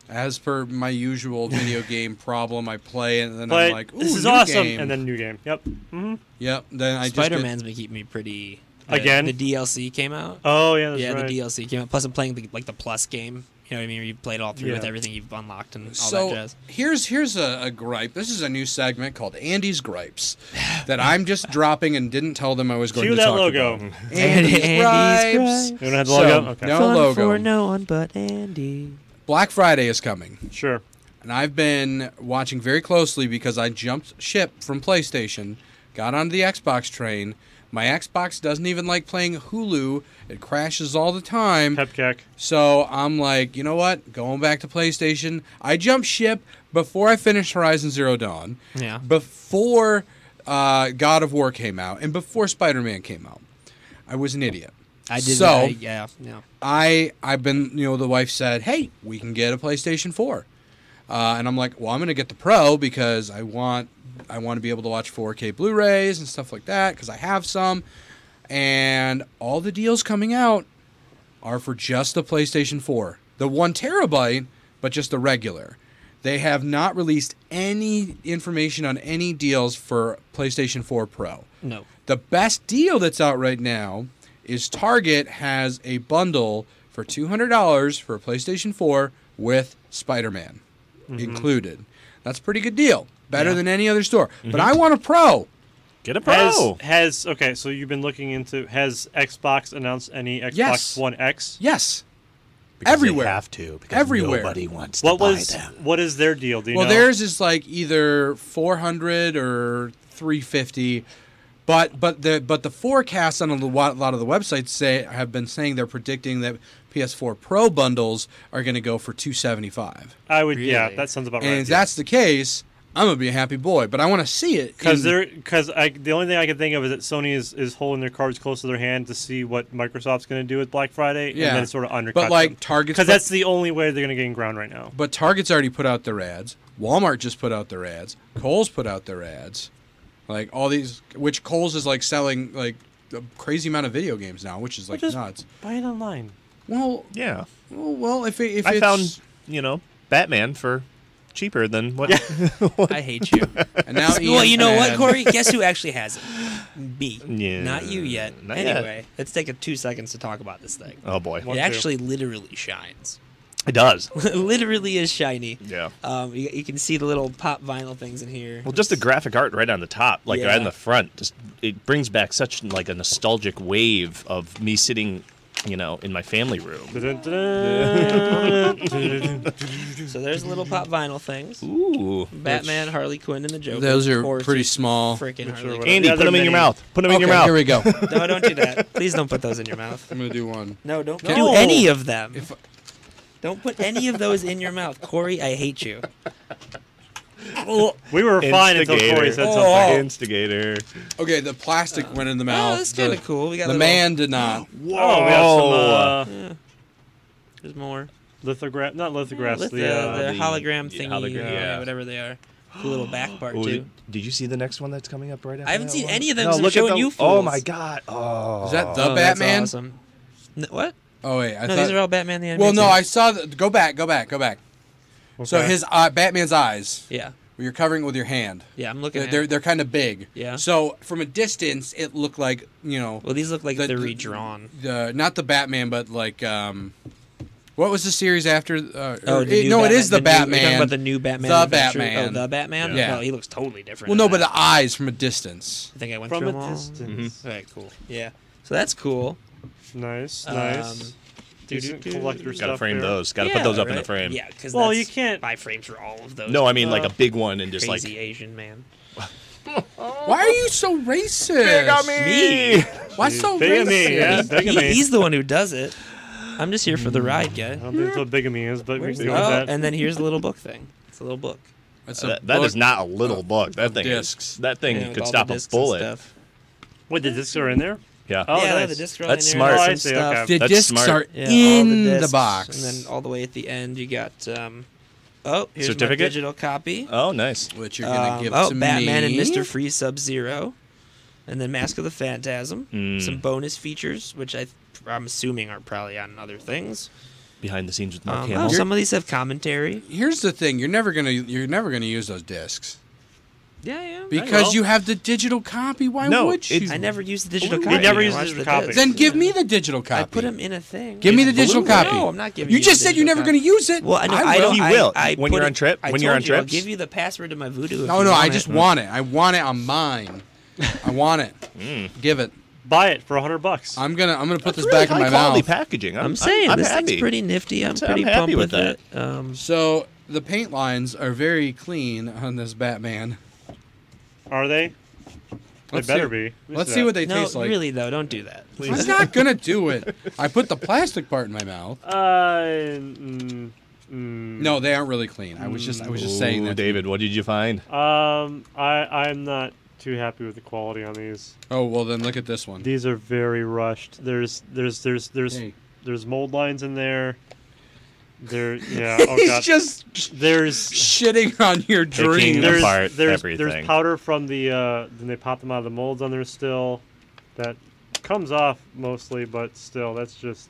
Speaker 1: as per my usual video game problem, I play and then
Speaker 4: but
Speaker 1: I'm like, Ooh,
Speaker 4: this is
Speaker 1: new
Speaker 4: awesome,
Speaker 1: game."
Speaker 4: and then new game. Yep. hmm
Speaker 1: yep, then I
Speaker 2: Spider
Speaker 1: just
Speaker 2: Man's been keeping me pretty. the-
Speaker 4: Again?
Speaker 2: the DLC came out.
Speaker 4: Oh yeah, that's
Speaker 2: yeah,
Speaker 4: right.
Speaker 2: the DLC came out. Plus, I'm playing the, like the plus game. You know what I mean? Where you played all through with
Speaker 4: Yeah.
Speaker 2: everything you've unlocked and all
Speaker 1: get. So
Speaker 2: that jazz.
Speaker 1: here's here's a, a gripe. This is a new segment called Andy's Gripes that I'm just dropping and didn't tell them I was going
Speaker 4: Cue
Speaker 1: to
Speaker 4: that
Speaker 1: talk
Speaker 4: logo.
Speaker 1: about.
Speaker 4: You
Speaker 1: Andy's,
Speaker 2: Andy's
Speaker 1: Gripes.
Speaker 2: Gripes.
Speaker 4: don't have the
Speaker 1: So,
Speaker 4: logo? okay.
Speaker 1: no logo.
Speaker 2: no one but Andy.
Speaker 1: Black Friday is coming.
Speaker 4: Sure.
Speaker 1: and I've been watching very closely because I jumped ship from PlayStation, got onto the Xbox train. My Xbox doesn't even like playing Hulu; it crashes all the time.
Speaker 4: Pepcak.
Speaker 1: So I'm like, you know what? Going back to PlayStation. I jumped ship before I finished Horizon Zero Dawn.
Speaker 2: Yeah.
Speaker 1: Before uh, God of War came out, and before Spider Man came out, I was an idiot.
Speaker 2: I did.
Speaker 1: So-
Speaker 2: I- yeah, yeah.
Speaker 1: I I've been you know the wife said, hey, we can get a PlayStation Four, uh, and I'm like, well, I'm gonna get the Pro because I want I want to be able to watch 4K Blu-rays and stuff like that because I have some, and all the deals coming out are for just the PlayStation Four, the one terabyte, but just the regular. They have not released any information on any deals for PlayStation 4 Pro.
Speaker 2: No.
Speaker 1: The best deal that's out right now is Target has a bundle for $200 for a PlayStation 4 with Spider Man
Speaker 4: Mm-hmm.
Speaker 1: included. That's a pretty good deal. Better than any other store.
Speaker 4: Mm-hmm.
Speaker 1: But I want a Pro.
Speaker 5: Get a
Speaker 4: Has
Speaker 5: pro.
Speaker 4: has okay? So you've been looking into has Xbox announced any Xbox
Speaker 1: Yes.
Speaker 4: One X?
Speaker 1: Yes.
Speaker 5: Because they
Speaker 1: everywhere.
Speaker 5: have to. Because
Speaker 1: Everywhere.
Speaker 5: Nobody wants to
Speaker 4: What
Speaker 5: buy
Speaker 4: was
Speaker 5: them.
Speaker 4: what is their deal? Do you
Speaker 1: well,
Speaker 4: know?
Speaker 1: theirs is like either 400 or 350. But but the but the forecasts on a lo- lot of the websites say have been saying they're predicting that PS4 Pro bundles are going to go for 275.
Speaker 4: I would. Yeah,
Speaker 2: Really?
Speaker 4: that sounds about
Speaker 1: And
Speaker 4: right.
Speaker 1: if that's the case, I'm gonna be a happy boy. But I want to see it
Speaker 4: Because
Speaker 1: in-
Speaker 4: they're because I the only thing I can think of is that Sony is, is holding their cards close to their hand to see what Microsoft's going to do with Black Friday,
Speaker 1: Yeah.
Speaker 4: and then sort of undercut.
Speaker 1: But, like,
Speaker 4: them.
Speaker 1: Target's put-
Speaker 4: because that's the only way they're going to gain ground right now.
Speaker 1: But Target's already put out their ads. Walmart just put out their ads. Kohl's put out their ads. Like all these, which Kohl's is like selling like a crazy amount of video games now, which is like
Speaker 4: just-
Speaker 1: nuts.
Speaker 4: Buy it online.
Speaker 1: Well,
Speaker 5: Yeah.
Speaker 1: well, well, if it, if
Speaker 5: I
Speaker 1: it's,
Speaker 5: found, you know, Batman for cheaper than what.
Speaker 2: I hate you.
Speaker 1: and now
Speaker 2: well,
Speaker 1: Ian's
Speaker 2: you know what,
Speaker 1: mad.
Speaker 2: Corey? Guess who actually has it? Me.
Speaker 5: Yeah.
Speaker 2: Not you yet.
Speaker 5: Not yet.
Speaker 2: anyway, let's take a two seconds to talk about this thing.
Speaker 5: oh boy,
Speaker 2: it
Speaker 4: to.
Speaker 2: actually literally shines.
Speaker 5: it does.
Speaker 2: literally is shiny.
Speaker 5: Yeah.
Speaker 2: Um, you, you can see the little pop vinyl things in here.
Speaker 5: Well, just the graphic art right on the top, like right
Speaker 2: Yeah.
Speaker 5: in the front, just it brings back such like a nostalgic wave of me sitting, you know, in my family room.
Speaker 2: So there's little pop vinyl things.
Speaker 5: Ooh,
Speaker 2: Batman, Harley Quinn, and the Joker.
Speaker 1: Those are
Speaker 2: Of course,
Speaker 1: pretty
Speaker 2: it's
Speaker 1: small.
Speaker 2: Freaking
Speaker 4: Which are
Speaker 2: Harley
Speaker 4: what-
Speaker 2: Quinn.
Speaker 5: Andy,
Speaker 4: Yeah,
Speaker 5: put them
Speaker 4: they're
Speaker 5: in your
Speaker 4: mini.
Speaker 5: mouth. Put them in
Speaker 1: Okay,
Speaker 5: your mouth.
Speaker 1: here we go. I'm
Speaker 2: No, don't do that. Please don't put those in your mouth.
Speaker 1: gonna do one.
Speaker 2: No, don't
Speaker 4: No.
Speaker 2: do any of them.
Speaker 1: If-
Speaker 2: Don't put any of those in your mouth, Corey. I hate you.
Speaker 4: We were fine until Corey
Speaker 5: Instigator.
Speaker 4: said
Speaker 1: Oh.
Speaker 4: something.
Speaker 5: Instigator.
Speaker 1: Okay, the plastic went in the mouth.
Speaker 2: oh, that's
Speaker 1: The-
Speaker 2: kind of cool. We got
Speaker 1: The
Speaker 2: little-
Speaker 1: man did not.
Speaker 5: Whoa.
Speaker 4: Oh, we have some uh,
Speaker 2: There's more.
Speaker 4: lithograph, not lithographs.
Speaker 2: With the,
Speaker 4: the, uh,
Speaker 2: the
Speaker 5: the-
Speaker 2: hologram
Speaker 5: yeah,
Speaker 2: thingy,
Speaker 5: hologram,
Speaker 2: yeah,
Speaker 5: yeah.
Speaker 2: whatever they are. The little back part
Speaker 5: Ooh,
Speaker 2: too.
Speaker 5: did, did you see the next one that's coming up right after?
Speaker 2: haven't
Speaker 5: that
Speaker 2: seen
Speaker 5: one?
Speaker 2: any of them,
Speaker 5: No,
Speaker 2: so I'm
Speaker 5: look at
Speaker 2: showing
Speaker 5: the-
Speaker 2: you
Speaker 5: Oh
Speaker 2: fools.
Speaker 5: my god. Oh.
Speaker 1: Is that the
Speaker 2: Oh, that's
Speaker 1: Batman?
Speaker 2: awesome. N- what?
Speaker 1: Oh wait, I
Speaker 2: no,
Speaker 1: thought.
Speaker 2: these are all Batman the
Speaker 1: well,
Speaker 2: Animated
Speaker 1: no, I
Speaker 2: Series.
Speaker 1: saw. The, go back, go back, go back. So
Speaker 4: okay.
Speaker 1: his eye, Batman's eyes.
Speaker 2: Yeah,
Speaker 1: You're covering it with your hand.
Speaker 2: yeah, I'm looking.
Speaker 1: They're
Speaker 2: at
Speaker 1: they're, they're kind of big.
Speaker 2: Yeah.
Speaker 1: So from a distance, it looked like you know
Speaker 2: Well, these look like
Speaker 1: the-
Speaker 2: they're
Speaker 1: the-
Speaker 2: redrawn.
Speaker 1: the not the Batman, but like um, what was the series after? Uh,
Speaker 2: Oh,
Speaker 1: or-
Speaker 2: the
Speaker 1: it-
Speaker 2: new
Speaker 1: no, it
Speaker 2: Batman-
Speaker 1: is the,
Speaker 2: new- you're
Speaker 1: Batman.
Speaker 2: talking about the new Batman.
Speaker 1: The
Speaker 2: Adventure-
Speaker 1: Batman.
Speaker 2: Oh, the Batman.
Speaker 1: Yeah.
Speaker 2: No, he looks totally different.
Speaker 1: well,
Speaker 2: in
Speaker 1: no, but
Speaker 2: that.
Speaker 1: the eyes from a distance.
Speaker 2: I think I went
Speaker 4: from
Speaker 2: through
Speaker 4: a
Speaker 2: them all.
Speaker 4: distance.
Speaker 2: All right, cool. Yeah. So that's cool.
Speaker 4: Mm-hmm. Nice,
Speaker 2: Um,
Speaker 4: nice.
Speaker 2: do,
Speaker 4: Decent
Speaker 2: do, do.
Speaker 4: collector
Speaker 5: Got to
Speaker 4: stuff
Speaker 5: frame
Speaker 4: there.
Speaker 5: those. Got to put those up in the frame.
Speaker 2: Yeah, because
Speaker 4: Well, you can't-
Speaker 2: buy frames for all of those.
Speaker 5: No, I mean like a
Speaker 4: Uh,
Speaker 5: big one and just
Speaker 2: crazy
Speaker 5: like
Speaker 2: Asian man.
Speaker 1: Why are you so racist?
Speaker 5: me.
Speaker 1: Why so
Speaker 4: Bigamy,
Speaker 1: racist?
Speaker 4: yeah, bigamy.
Speaker 2: He- he's the one who does it. I'm just here for the ride, guy.
Speaker 5: Mm-hmm.
Speaker 4: I don't think that's what bigamy is, but we
Speaker 2: Where's
Speaker 4: can
Speaker 2: the,
Speaker 4: go with
Speaker 2: oh,
Speaker 4: that.
Speaker 2: and then here's the little book thing. It's a little book.
Speaker 1: That's a
Speaker 5: That, that
Speaker 1: book.
Speaker 5: is not a little book. That thing
Speaker 1: discs.
Speaker 5: is, that thing
Speaker 2: you know, with all
Speaker 5: could
Speaker 2: the
Speaker 5: stop a
Speaker 2: discs and
Speaker 5: bullet.
Speaker 2: stuff.
Speaker 4: Wait, the discs are in there.
Speaker 5: Yeah.
Speaker 4: Oh,
Speaker 2: yeah,
Speaker 4: nice.
Speaker 2: the discs are all
Speaker 5: That's
Speaker 2: in there and
Speaker 5: smart.
Speaker 2: some
Speaker 4: Oh, I see,
Speaker 2: stuff.
Speaker 4: okay.
Speaker 1: The
Speaker 5: That's
Speaker 1: discs
Speaker 5: smart.
Speaker 1: are
Speaker 2: Yeah, all
Speaker 1: in the,
Speaker 2: discs,
Speaker 1: box.
Speaker 2: and then all the way at the end you got um, Oh, here's
Speaker 5: Certificate?
Speaker 2: my digital copy.
Speaker 5: Oh, nice.
Speaker 1: Which you're gonna
Speaker 2: Um,
Speaker 1: give
Speaker 2: oh,
Speaker 1: to
Speaker 2: Batman
Speaker 1: me.
Speaker 2: and Mr. Freeze Sub Zero, and then Mask of the Phantasm.
Speaker 1: Hmm.
Speaker 5: Mm.
Speaker 2: Some bonus features, which I I'm assuming are probably on other things.
Speaker 5: Behind the scenes with
Speaker 2: Um,
Speaker 5: Mark
Speaker 2: oh,
Speaker 5: Hamill.
Speaker 2: some of these have commentary.
Speaker 1: Here's the thing: you're never gonna you're never gonna use those discs
Speaker 2: Yeah, yeah.
Speaker 1: because
Speaker 4: will.
Speaker 1: you have the digital copy. Why
Speaker 5: No,
Speaker 1: would you?
Speaker 5: it's-
Speaker 2: I never used the digital
Speaker 4: He
Speaker 2: copy.
Speaker 4: never
Speaker 2: I
Speaker 4: used the
Speaker 2: watched
Speaker 4: digital copy.
Speaker 2: disc.
Speaker 1: then give me the digital copy.
Speaker 2: I put him in a thing.
Speaker 1: Give me
Speaker 2: It's
Speaker 1: the digital
Speaker 2: Blu-ray.
Speaker 1: copy.
Speaker 2: No, I'm not giving
Speaker 1: You
Speaker 2: you.
Speaker 1: just
Speaker 2: the
Speaker 1: said you're
Speaker 2: digital
Speaker 1: never going to
Speaker 2: copy.
Speaker 1: use it.
Speaker 2: Well, I know. I,
Speaker 1: will.
Speaker 2: don't.
Speaker 5: You
Speaker 2: I,
Speaker 5: will.
Speaker 2: I
Speaker 5: When
Speaker 2: put
Speaker 5: you're
Speaker 2: it-
Speaker 5: on trip-
Speaker 2: I
Speaker 5: when you're
Speaker 2: told
Speaker 5: on
Speaker 2: you, I'll
Speaker 5: trips.
Speaker 2: give you the password to my voodoo. if
Speaker 1: No,
Speaker 2: you
Speaker 1: no, I
Speaker 2: want
Speaker 1: just
Speaker 2: it.
Speaker 1: want it. I want it on mine. I want it.
Speaker 2: Mm.
Speaker 1: Give it.
Speaker 4: Buy it for hundred bucks.
Speaker 1: I'm gonna I'm gonna put this
Speaker 5: Really
Speaker 1: back in my
Speaker 5: high quality
Speaker 1: mouth.
Speaker 5: packaging. I'm,
Speaker 2: I'm saying
Speaker 5: I'm,
Speaker 2: this
Speaker 5: happy.
Speaker 2: thing's pretty nifty. I'm
Speaker 5: I'm
Speaker 2: pretty
Speaker 5: happy
Speaker 2: pumped
Speaker 5: with
Speaker 2: with, it. Um,
Speaker 1: so the paint lines are very clean on this Batman.
Speaker 4: Are they? They
Speaker 1: Let's
Speaker 4: better
Speaker 1: see.
Speaker 4: be. Let me
Speaker 1: Let's
Speaker 4: see
Speaker 1: see
Speaker 4: that.
Speaker 1: what they
Speaker 2: no,
Speaker 1: taste like.
Speaker 2: really though, don't do that.
Speaker 1: I'm not gonna do it. I put the plastic part in my mouth.
Speaker 4: Uh, mm, mm.
Speaker 1: No, they aren't really clean. I was just I was just saying
Speaker 5: Ooh,
Speaker 1: that.
Speaker 5: David, what did you find?
Speaker 4: Um, I I'm not too happy with the quality on these.
Speaker 1: Oh well, then look at this one.
Speaker 4: These are very rushed. There's there's there's there's
Speaker 1: Hey.
Speaker 4: there's mold lines in there. There yeah. Oh
Speaker 1: He's
Speaker 4: god.
Speaker 1: just
Speaker 4: There's
Speaker 1: shitting on your dream.
Speaker 5: Taking
Speaker 4: there's
Speaker 5: apart
Speaker 4: there's
Speaker 5: everything.
Speaker 4: there's powder from the uh. Then they pop them out of the molds on there still. That comes off mostly, but still that's just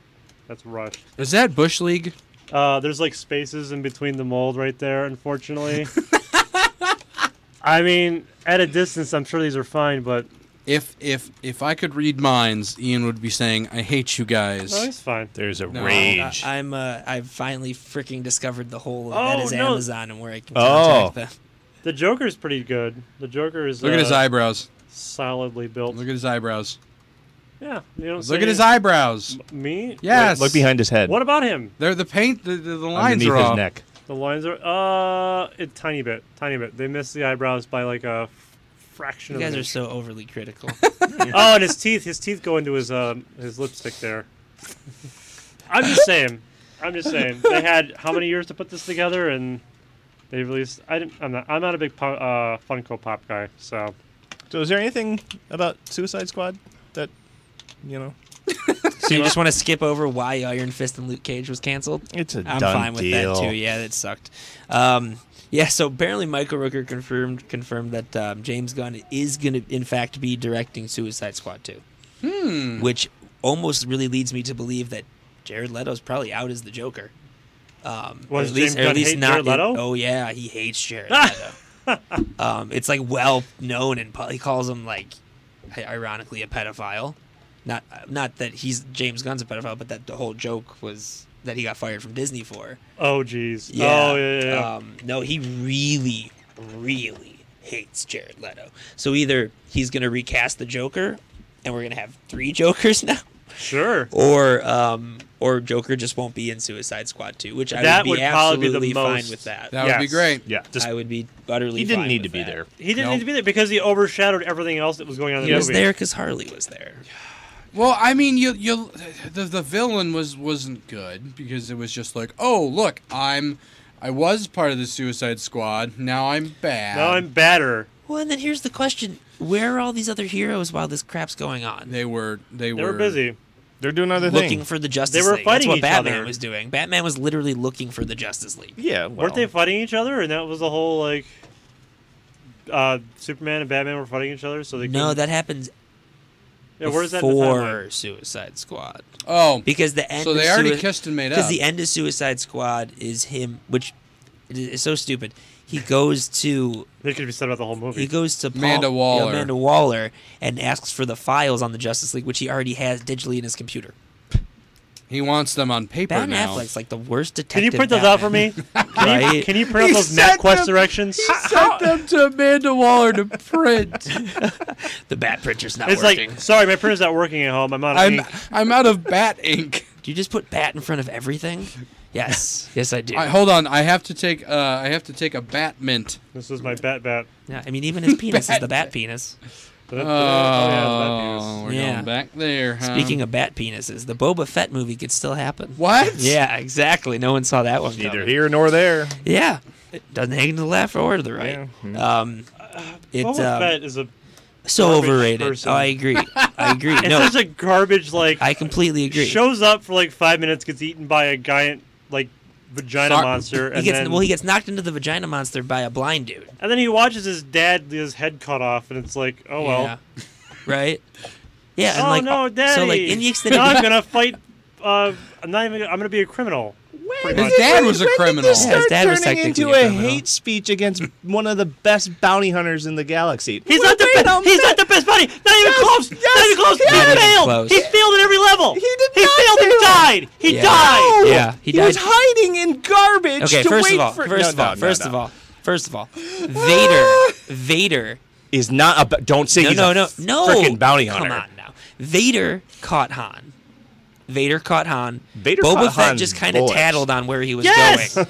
Speaker 4: that's rushed.
Speaker 1: Is that Bush League?
Speaker 4: Uh, there's like spaces in between the mold right there, unfortunately. I mean, at a distance, I'm sure these are fine, but
Speaker 1: If if if I could read minds, Ian would be saying, "I hate you guys."
Speaker 4: no, it's fine.
Speaker 5: There's a
Speaker 1: No.
Speaker 5: rage.
Speaker 2: I, am Uh, I've finally freaking discovered the whole of
Speaker 4: Oh,
Speaker 2: that is
Speaker 4: no.
Speaker 2: Amazon and where I can
Speaker 5: Oh.
Speaker 2: contact them.
Speaker 4: The Joker's pretty good. The Joker is
Speaker 1: Look at his
Speaker 4: uh,
Speaker 1: eyebrows.
Speaker 4: solidly built.
Speaker 1: Look at his eyebrows.
Speaker 4: yeah, you don't see
Speaker 1: Look at his eyebrows.
Speaker 4: Me?
Speaker 1: Yes.
Speaker 5: Look behind his head.
Speaker 4: What about him?
Speaker 1: They're the paint. The, the, the lines
Speaker 5: underneath
Speaker 1: are
Speaker 5: his
Speaker 1: off.
Speaker 5: neck?
Speaker 4: The lines are uh, a tiny bit, tiny bit. They miss the eyebrows by like a f- fraction
Speaker 2: You
Speaker 4: of
Speaker 2: guys
Speaker 4: an
Speaker 2: are
Speaker 4: inch.
Speaker 2: so overly critical.
Speaker 4: Oh, and his teeth. His teeth go into his um his lipstick there. I'm just saying. I'm just saying. They had how many years to put this together, and they released. I didn't, I'm not. I'm not a big pu- uh, Funko Pop guy, so
Speaker 5: So, is there anything about Suicide Squad that you know?
Speaker 2: so you just want to skip over why Iron Fist and Luke Cage was canceled?
Speaker 5: It's a
Speaker 2: I'm
Speaker 5: done
Speaker 2: fine with
Speaker 5: deal.
Speaker 2: that too. Yeah, that sucked. Um, yeah, so apparently Michael Rooker confirmed confirmed that um, James Gunn is going to in fact be directing Suicide Squad 2. Hmm. Which almost really leads me to believe that Jared Leto's probably out as the Joker. Um,
Speaker 4: What,
Speaker 2: or
Speaker 4: does
Speaker 2: at least,
Speaker 4: James
Speaker 2: or at
Speaker 4: Gunn
Speaker 2: least
Speaker 4: hate
Speaker 2: not.
Speaker 4: Jared
Speaker 2: in-
Speaker 4: Leto?
Speaker 2: oh yeah, he hates Jared Leto. um, it's like well known, and pu- he calls him like, ironically, a pedophile not not that he's James Gunn's a pedophile, but that the whole joke was that he got fired from Disney for.
Speaker 4: oh geez. Oh yeah. yeah, yeah.
Speaker 2: Um, no, he really, really hates Jared Leto. So either he's gonna recast the Joker, and we're gonna have three Jokers now,
Speaker 4: sure.
Speaker 2: or um, or Joker just won't be in Suicide Squad two, which I
Speaker 4: That
Speaker 2: would be
Speaker 4: would probably be the
Speaker 2: absolutely fine
Speaker 4: most-
Speaker 2: with that.
Speaker 1: That would be
Speaker 4: Yes.
Speaker 1: great.
Speaker 5: Yeah, just
Speaker 2: I would be utterly.
Speaker 5: he didn't
Speaker 2: fine
Speaker 5: need to
Speaker 2: with
Speaker 5: be
Speaker 2: that.
Speaker 5: there.
Speaker 4: He didn't
Speaker 1: Nope.
Speaker 4: need to be there because he overshadowed everything else that was going on in
Speaker 2: He
Speaker 4: the
Speaker 2: was
Speaker 4: movie.
Speaker 2: there because Harley was there.
Speaker 1: Well, I mean, you you the the villain was wasn't good because it was just like, oh look, I'm I was part of the Suicide Squad. Now I'm bad.
Speaker 4: Now I'm badder.
Speaker 2: Well, and then here's the question: Where are all these other heroes while this crap's going on?
Speaker 1: They were they,
Speaker 4: They were busy.
Speaker 5: They're doing other
Speaker 2: looking
Speaker 5: things.
Speaker 2: for the Justice
Speaker 4: They were
Speaker 2: League. That's
Speaker 4: fighting
Speaker 2: what
Speaker 4: each
Speaker 2: Batman
Speaker 4: other.
Speaker 2: was doing. Batman was literally looking for the Justice League.
Speaker 5: yeah, well,
Speaker 4: Weren't they fighting each other? And that was the whole like. Uh, Superman and Batman were fighting each other, so they
Speaker 2: No,
Speaker 4: couldn't-
Speaker 2: that happens
Speaker 4: yeah, where's that in the timeline?
Speaker 2: before Suicide Squad
Speaker 1: Oh,
Speaker 2: because the end.
Speaker 1: so
Speaker 2: of
Speaker 1: they already
Speaker 2: Sui-
Speaker 1: kissed and made up.
Speaker 2: Because the end of Suicide Squad is him, which it is so stupid. He goes to
Speaker 4: They could be said about the whole movie.
Speaker 2: he goes to Paul,
Speaker 1: Amanda Waller.
Speaker 2: Amanda Waller, and asks for the files on the Justice League, which he already has digitally in his computer.
Speaker 1: he wants them on paper
Speaker 2: Ben
Speaker 1: now.
Speaker 2: Affleck's like the worst detective.
Speaker 4: Can you print those out for me? Can you,
Speaker 2: Right?
Speaker 4: can you print out those map quest directions?
Speaker 1: Sent them to Amanda Waller to print.
Speaker 2: The bat printer's not
Speaker 4: It's
Speaker 2: working.
Speaker 4: like, sorry, my printer's not working at home. I'm out of
Speaker 1: I'm
Speaker 4: ink.
Speaker 1: I'm out of bat ink.
Speaker 2: do you just put bat in front of everything? Yes, yes, I do.
Speaker 1: I, hold on, I have to take uh, I have to take a bat mint.
Speaker 4: This is my bat bat.
Speaker 2: Yeah, I mean, even his penis is the bat penis.
Speaker 4: Oh,
Speaker 1: Oh,
Speaker 4: yeah, it's bat
Speaker 1: we're
Speaker 2: Yeah.
Speaker 1: going back there. Huh?
Speaker 2: Speaking of bat penises, the Boba Fett movie could still happen.
Speaker 1: Um, what?
Speaker 2: Yeah, exactly. No one saw that one.
Speaker 5: neither
Speaker 2: coming.
Speaker 5: here nor there.
Speaker 2: Yeah, it doesn't hang to the left or to the right. Um,
Speaker 4: views.
Speaker 2: it's
Speaker 4: Boba
Speaker 2: um,
Speaker 4: Fett is a.
Speaker 2: so
Speaker 4: garbage
Speaker 2: overrated.
Speaker 4: person.
Speaker 2: Oh, I agree. I agree.
Speaker 4: It's
Speaker 2: No,
Speaker 4: such a garbage like.
Speaker 2: I completely agree.
Speaker 4: Shows up for like five minutes, gets eaten by a giant like vagina
Speaker 2: Sorry.
Speaker 4: monster,
Speaker 2: He
Speaker 4: and
Speaker 2: gets
Speaker 4: then
Speaker 2: well. He gets knocked into the vagina monster by a blind dude.
Speaker 4: and then he watches his dad his head cut off, and it's like, oh well.
Speaker 2: Yeah. right. Yeah. And
Speaker 4: oh
Speaker 2: like, uh,
Speaker 4: no, daddy!
Speaker 2: So like in the extended,
Speaker 4: now I'm gonna fight. Uh, I'm not even. I'm gonna be a criminal. pretty
Speaker 1: His
Speaker 4: much.
Speaker 1: dad was a criminal.
Speaker 5: This
Speaker 2: Yeah, his
Speaker 5: start
Speaker 2: dad was
Speaker 5: turning
Speaker 2: technically
Speaker 5: into
Speaker 2: a
Speaker 5: a,
Speaker 2: criminal.
Speaker 5: hate speech against one of the best bounty hunters in the galaxy.
Speaker 4: He's not the
Speaker 5: Wait a
Speaker 4: best. He's
Speaker 5: minute.
Speaker 4: not the best buddy. Not even close. not even close.
Speaker 2: yes. Not
Speaker 4: He
Speaker 2: even
Speaker 4: failed.
Speaker 2: close.
Speaker 4: He failed at every level. He
Speaker 5: did
Speaker 4: He
Speaker 5: not
Speaker 4: failed.
Speaker 5: fail.
Speaker 4: He died. He
Speaker 2: Yeah.
Speaker 4: died.
Speaker 2: yeah, he
Speaker 5: He was
Speaker 2: died.
Speaker 5: hiding in garbage.
Speaker 2: Okay,
Speaker 5: to
Speaker 2: first
Speaker 5: wait
Speaker 2: of all,
Speaker 5: for...
Speaker 2: first
Speaker 5: No,
Speaker 2: of all,
Speaker 5: no, no,
Speaker 2: first
Speaker 5: no.
Speaker 2: of all, first of all, Vader, Vader.
Speaker 5: is not a. b- Don't say
Speaker 2: No,
Speaker 5: he's
Speaker 2: no,
Speaker 5: a
Speaker 2: no, no.
Speaker 5: frickin' bounty hunter.
Speaker 2: Come on now, Vader caught Han. Vader caught Han.
Speaker 5: Vader
Speaker 2: Boba
Speaker 5: caught
Speaker 2: Fett
Speaker 5: Han
Speaker 2: just kind of
Speaker 5: bullets.
Speaker 2: tattled on where he was
Speaker 4: Yes!
Speaker 2: going,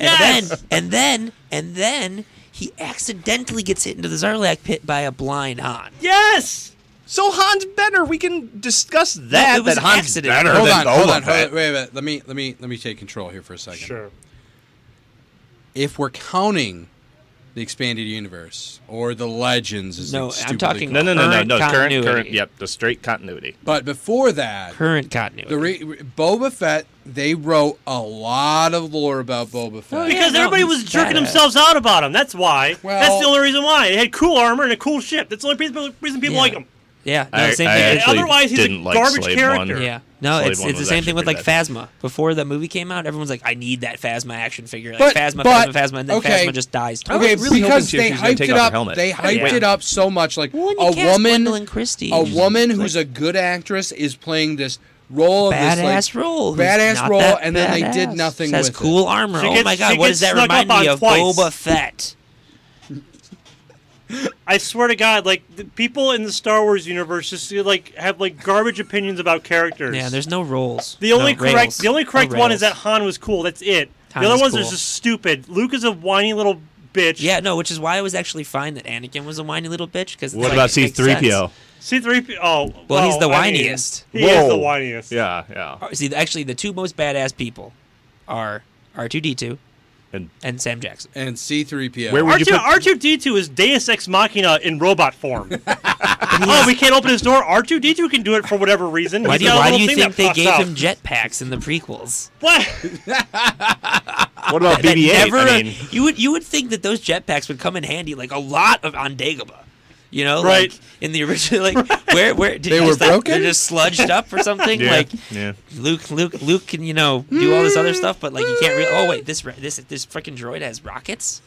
Speaker 2: and then and then and then he accidentally gets hit into the Zarlak pit by a blind Han.
Speaker 4: Yes.
Speaker 5: So Han's better. We can discuss that.
Speaker 2: it was
Speaker 5: that
Speaker 2: an
Speaker 5: Han's
Speaker 2: accident.
Speaker 5: better
Speaker 1: Hold
Speaker 5: than
Speaker 1: on, hold
Speaker 5: Boba
Speaker 1: on, hold
Speaker 5: Fett.
Speaker 1: on. Wait a minute. Let me let me let me take control here for a second.
Speaker 4: Sure.
Speaker 1: If we're counting the expanded universe or the legends, as
Speaker 2: No,
Speaker 1: it's
Speaker 2: I'm
Speaker 1: stupidly
Speaker 2: talking-
Speaker 1: called.
Speaker 5: No, no, no, no,
Speaker 2: Current
Speaker 5: no. Current, current.
Speaker 2: continuity.
Speaker 5: Yep, the straight continuity.
Speaker 1: But before that,
Speaker 2: Current continuity.
Speaker 1: the re- re- Boba Fett. They wrote a lot of lore about Boba Fett.
Speaker 2: Oh, yeah.
Speaker 4: Because
Speaker 2: no,
Speaker 4: everybody was
Speaker 2: he's
Speaker 4: jerking
Speaker 2: badass.
Speaker 4: themselves out about him. That's why. That's
Speaker 1: Well-
Speaker 4: the only reason why. It had cool armor and a cool ship. That's the only reason reason people
Speaker 2: Yeah.
Speaker 4: like him.
Speaker 2: yeah, no,
Speaker 5: I,
Speaker 2: same
Speaker 5: I
Speaker 2: thing.
Speaker 5: actually
Speaker 4: Otherwise, he's a
Speaker 5: didn't like
Speaker 4: garbage
Speaker 5: Slave
Speaker 4: character.
Speaker 5: One.
Speaker 4: Sure.
Speaker 2: Yeah. No,
Speaker 5: Slave
Speaker 2: it's
Speaker 5: one
Speaker 2: it's the
Speaker 5: was
Speaker 2: same thing
Speaker 5: actually
Speaker 2: with like
Speaker 5: pretty
Speaker 2: Phasma. Before the movie came out, everyone's like, I need that Phasma action figure. Like
Speaker 1: But-
Speaker 2: Phasma,
Speaker 1: but-
Speaker 2: Phasma, Phasma, and then
Speaker 1: okay.
Speaker 2: Phasma just dies.
Speaker 5: was
Speaker 1: Okay,
Speaker 5: really hoping
Speaker 1: because
Speaker 5: she was
Speaker 1: they
Speaker 5: gonna take
Speaker 1: hyped it
Speaker 5: off her
Speaker 1: up.
Speaker 5: helmet.
Speaker 1: They hyped
Speaker 4: Yeah.
Speaker 1: it up so much. Like
Speaker 2: Well, and you
Speaker 1: a
Speaker 2: cast
Speaker 1: woman,
Speaker 2: Gwendolyn Christie,
Speaker 1: a
Speaker 2: she's
Speaker 1: woman who's
Speaker 2: like-
Speaker 1: a good actress is playing this role, of this, like,
Speaker 2: Badass role, who's
Speaker 1: badass
Speaker 2: not
Speaker 1: role,
Speaker 2: that
Speaker 1: and then they
Speaker 2: badass.
Speaker 1: did nothing
Speaker 2: She has
Speaker 1: with it.
Speaker 2: cool armor.
Speaker 4: She
Speaker 2: oh
Speaker 4: gets-
Speaker 2: my
Speaker 4: she
Speaker 2: god, what does
Speaker 4: gets
Speaker 2: that
Speaker 4: snuck
Speaker 2: remind
Speaker 4: up on
Speaker 2: me of?
Speaker 4: twice.
Speaker 2: Boba Fett.
Speaker 4: I swear to God, like the people in the Star Wars universe just like have like garbage opinions about characters.
Speaker 2: Yeah, there's no roles.
Speaker 4: The only
Speaker 2: no,
Speaker 4: correct,
Speaker 2: rails.
Speaker 4: the only
Speaker 2: No
Speaker 4: correct one is that
Speaker 2: rails.
Speaker 4: Han was cool. That's it.
Speaker 2: Han
Speaker 4: the other
Speaker 2: is
Speaker 4: ones
Speaker 2: cool.
Speaker 4: are just stupid. Luke is a whiny little bitch.
Speaker 2: Yeah, no, which is why I was actually fine that Anakin was a whiny little bitch. Because
Speaker 5: What about C-3PO?
Speaker 4: C three P. Oh, well,
Speaker 2: he's the
Speaker 4: I mean,
Speaker 2: whiniest.
Speaker 4: he is the
Speaker 5: Whoa.
Speaker 4: whiniest.
Speaker 5: Yeah, yeah.
Speaker 2: See, actually, the two most badass people are R2D2
Speaker 5: And
Speaker 2: and Sam Jackson.
Speaker 1: and C-3PO.
Speaker 5: Where were-
Speaker 4: R
Speaker 5: Would you
Speaker 4: two
Speaker 5: put-
Speaker 4: R two D two is Deus Ex Machina in robot form. oh, we can't open his door. R two D two can do it for whatever reason.
Speaker 2: Why
Speaker 4: He's
Speaker 2: do,
Speaker 4: got a
Speaker 2: why do
Speaker 4: little
Speaker 2: you
Speaker 4: thing
Speaker 2: think
Speaker 4: that
Speaker 2: they
Speaker 4: pops
Speaker 2: gave
Speaker 4: out.
Speaker 2: him jetpacks in the prequels?
Speaker 4: What?
Speaker 5: what
Speaker 2: that
Speaker 5: about BB-8?
Speaker 2: never-
Speaker 5: I mean,
Speaker 2: you would you would think that those jetpacks would come in handy like a lot of on Dagobah. You know,
Speaker 4: Right.
Speaker 2: Like in the original, like where where did
Speaker 1: They
Speaker 2: you
Speaker 1: were
Speaker 2: just, like,
Speaker 1: broken?
Speaker 2: They're just sludged up or something.
Speaker 5: yeah,
Speaker 2: Like
Speaker 5: yeah.
Speaker 2: Luke, Luke, Luke can you know do all this other stuff, but like you can't really. Oh wait, this ra- this this freaking droid has rockets.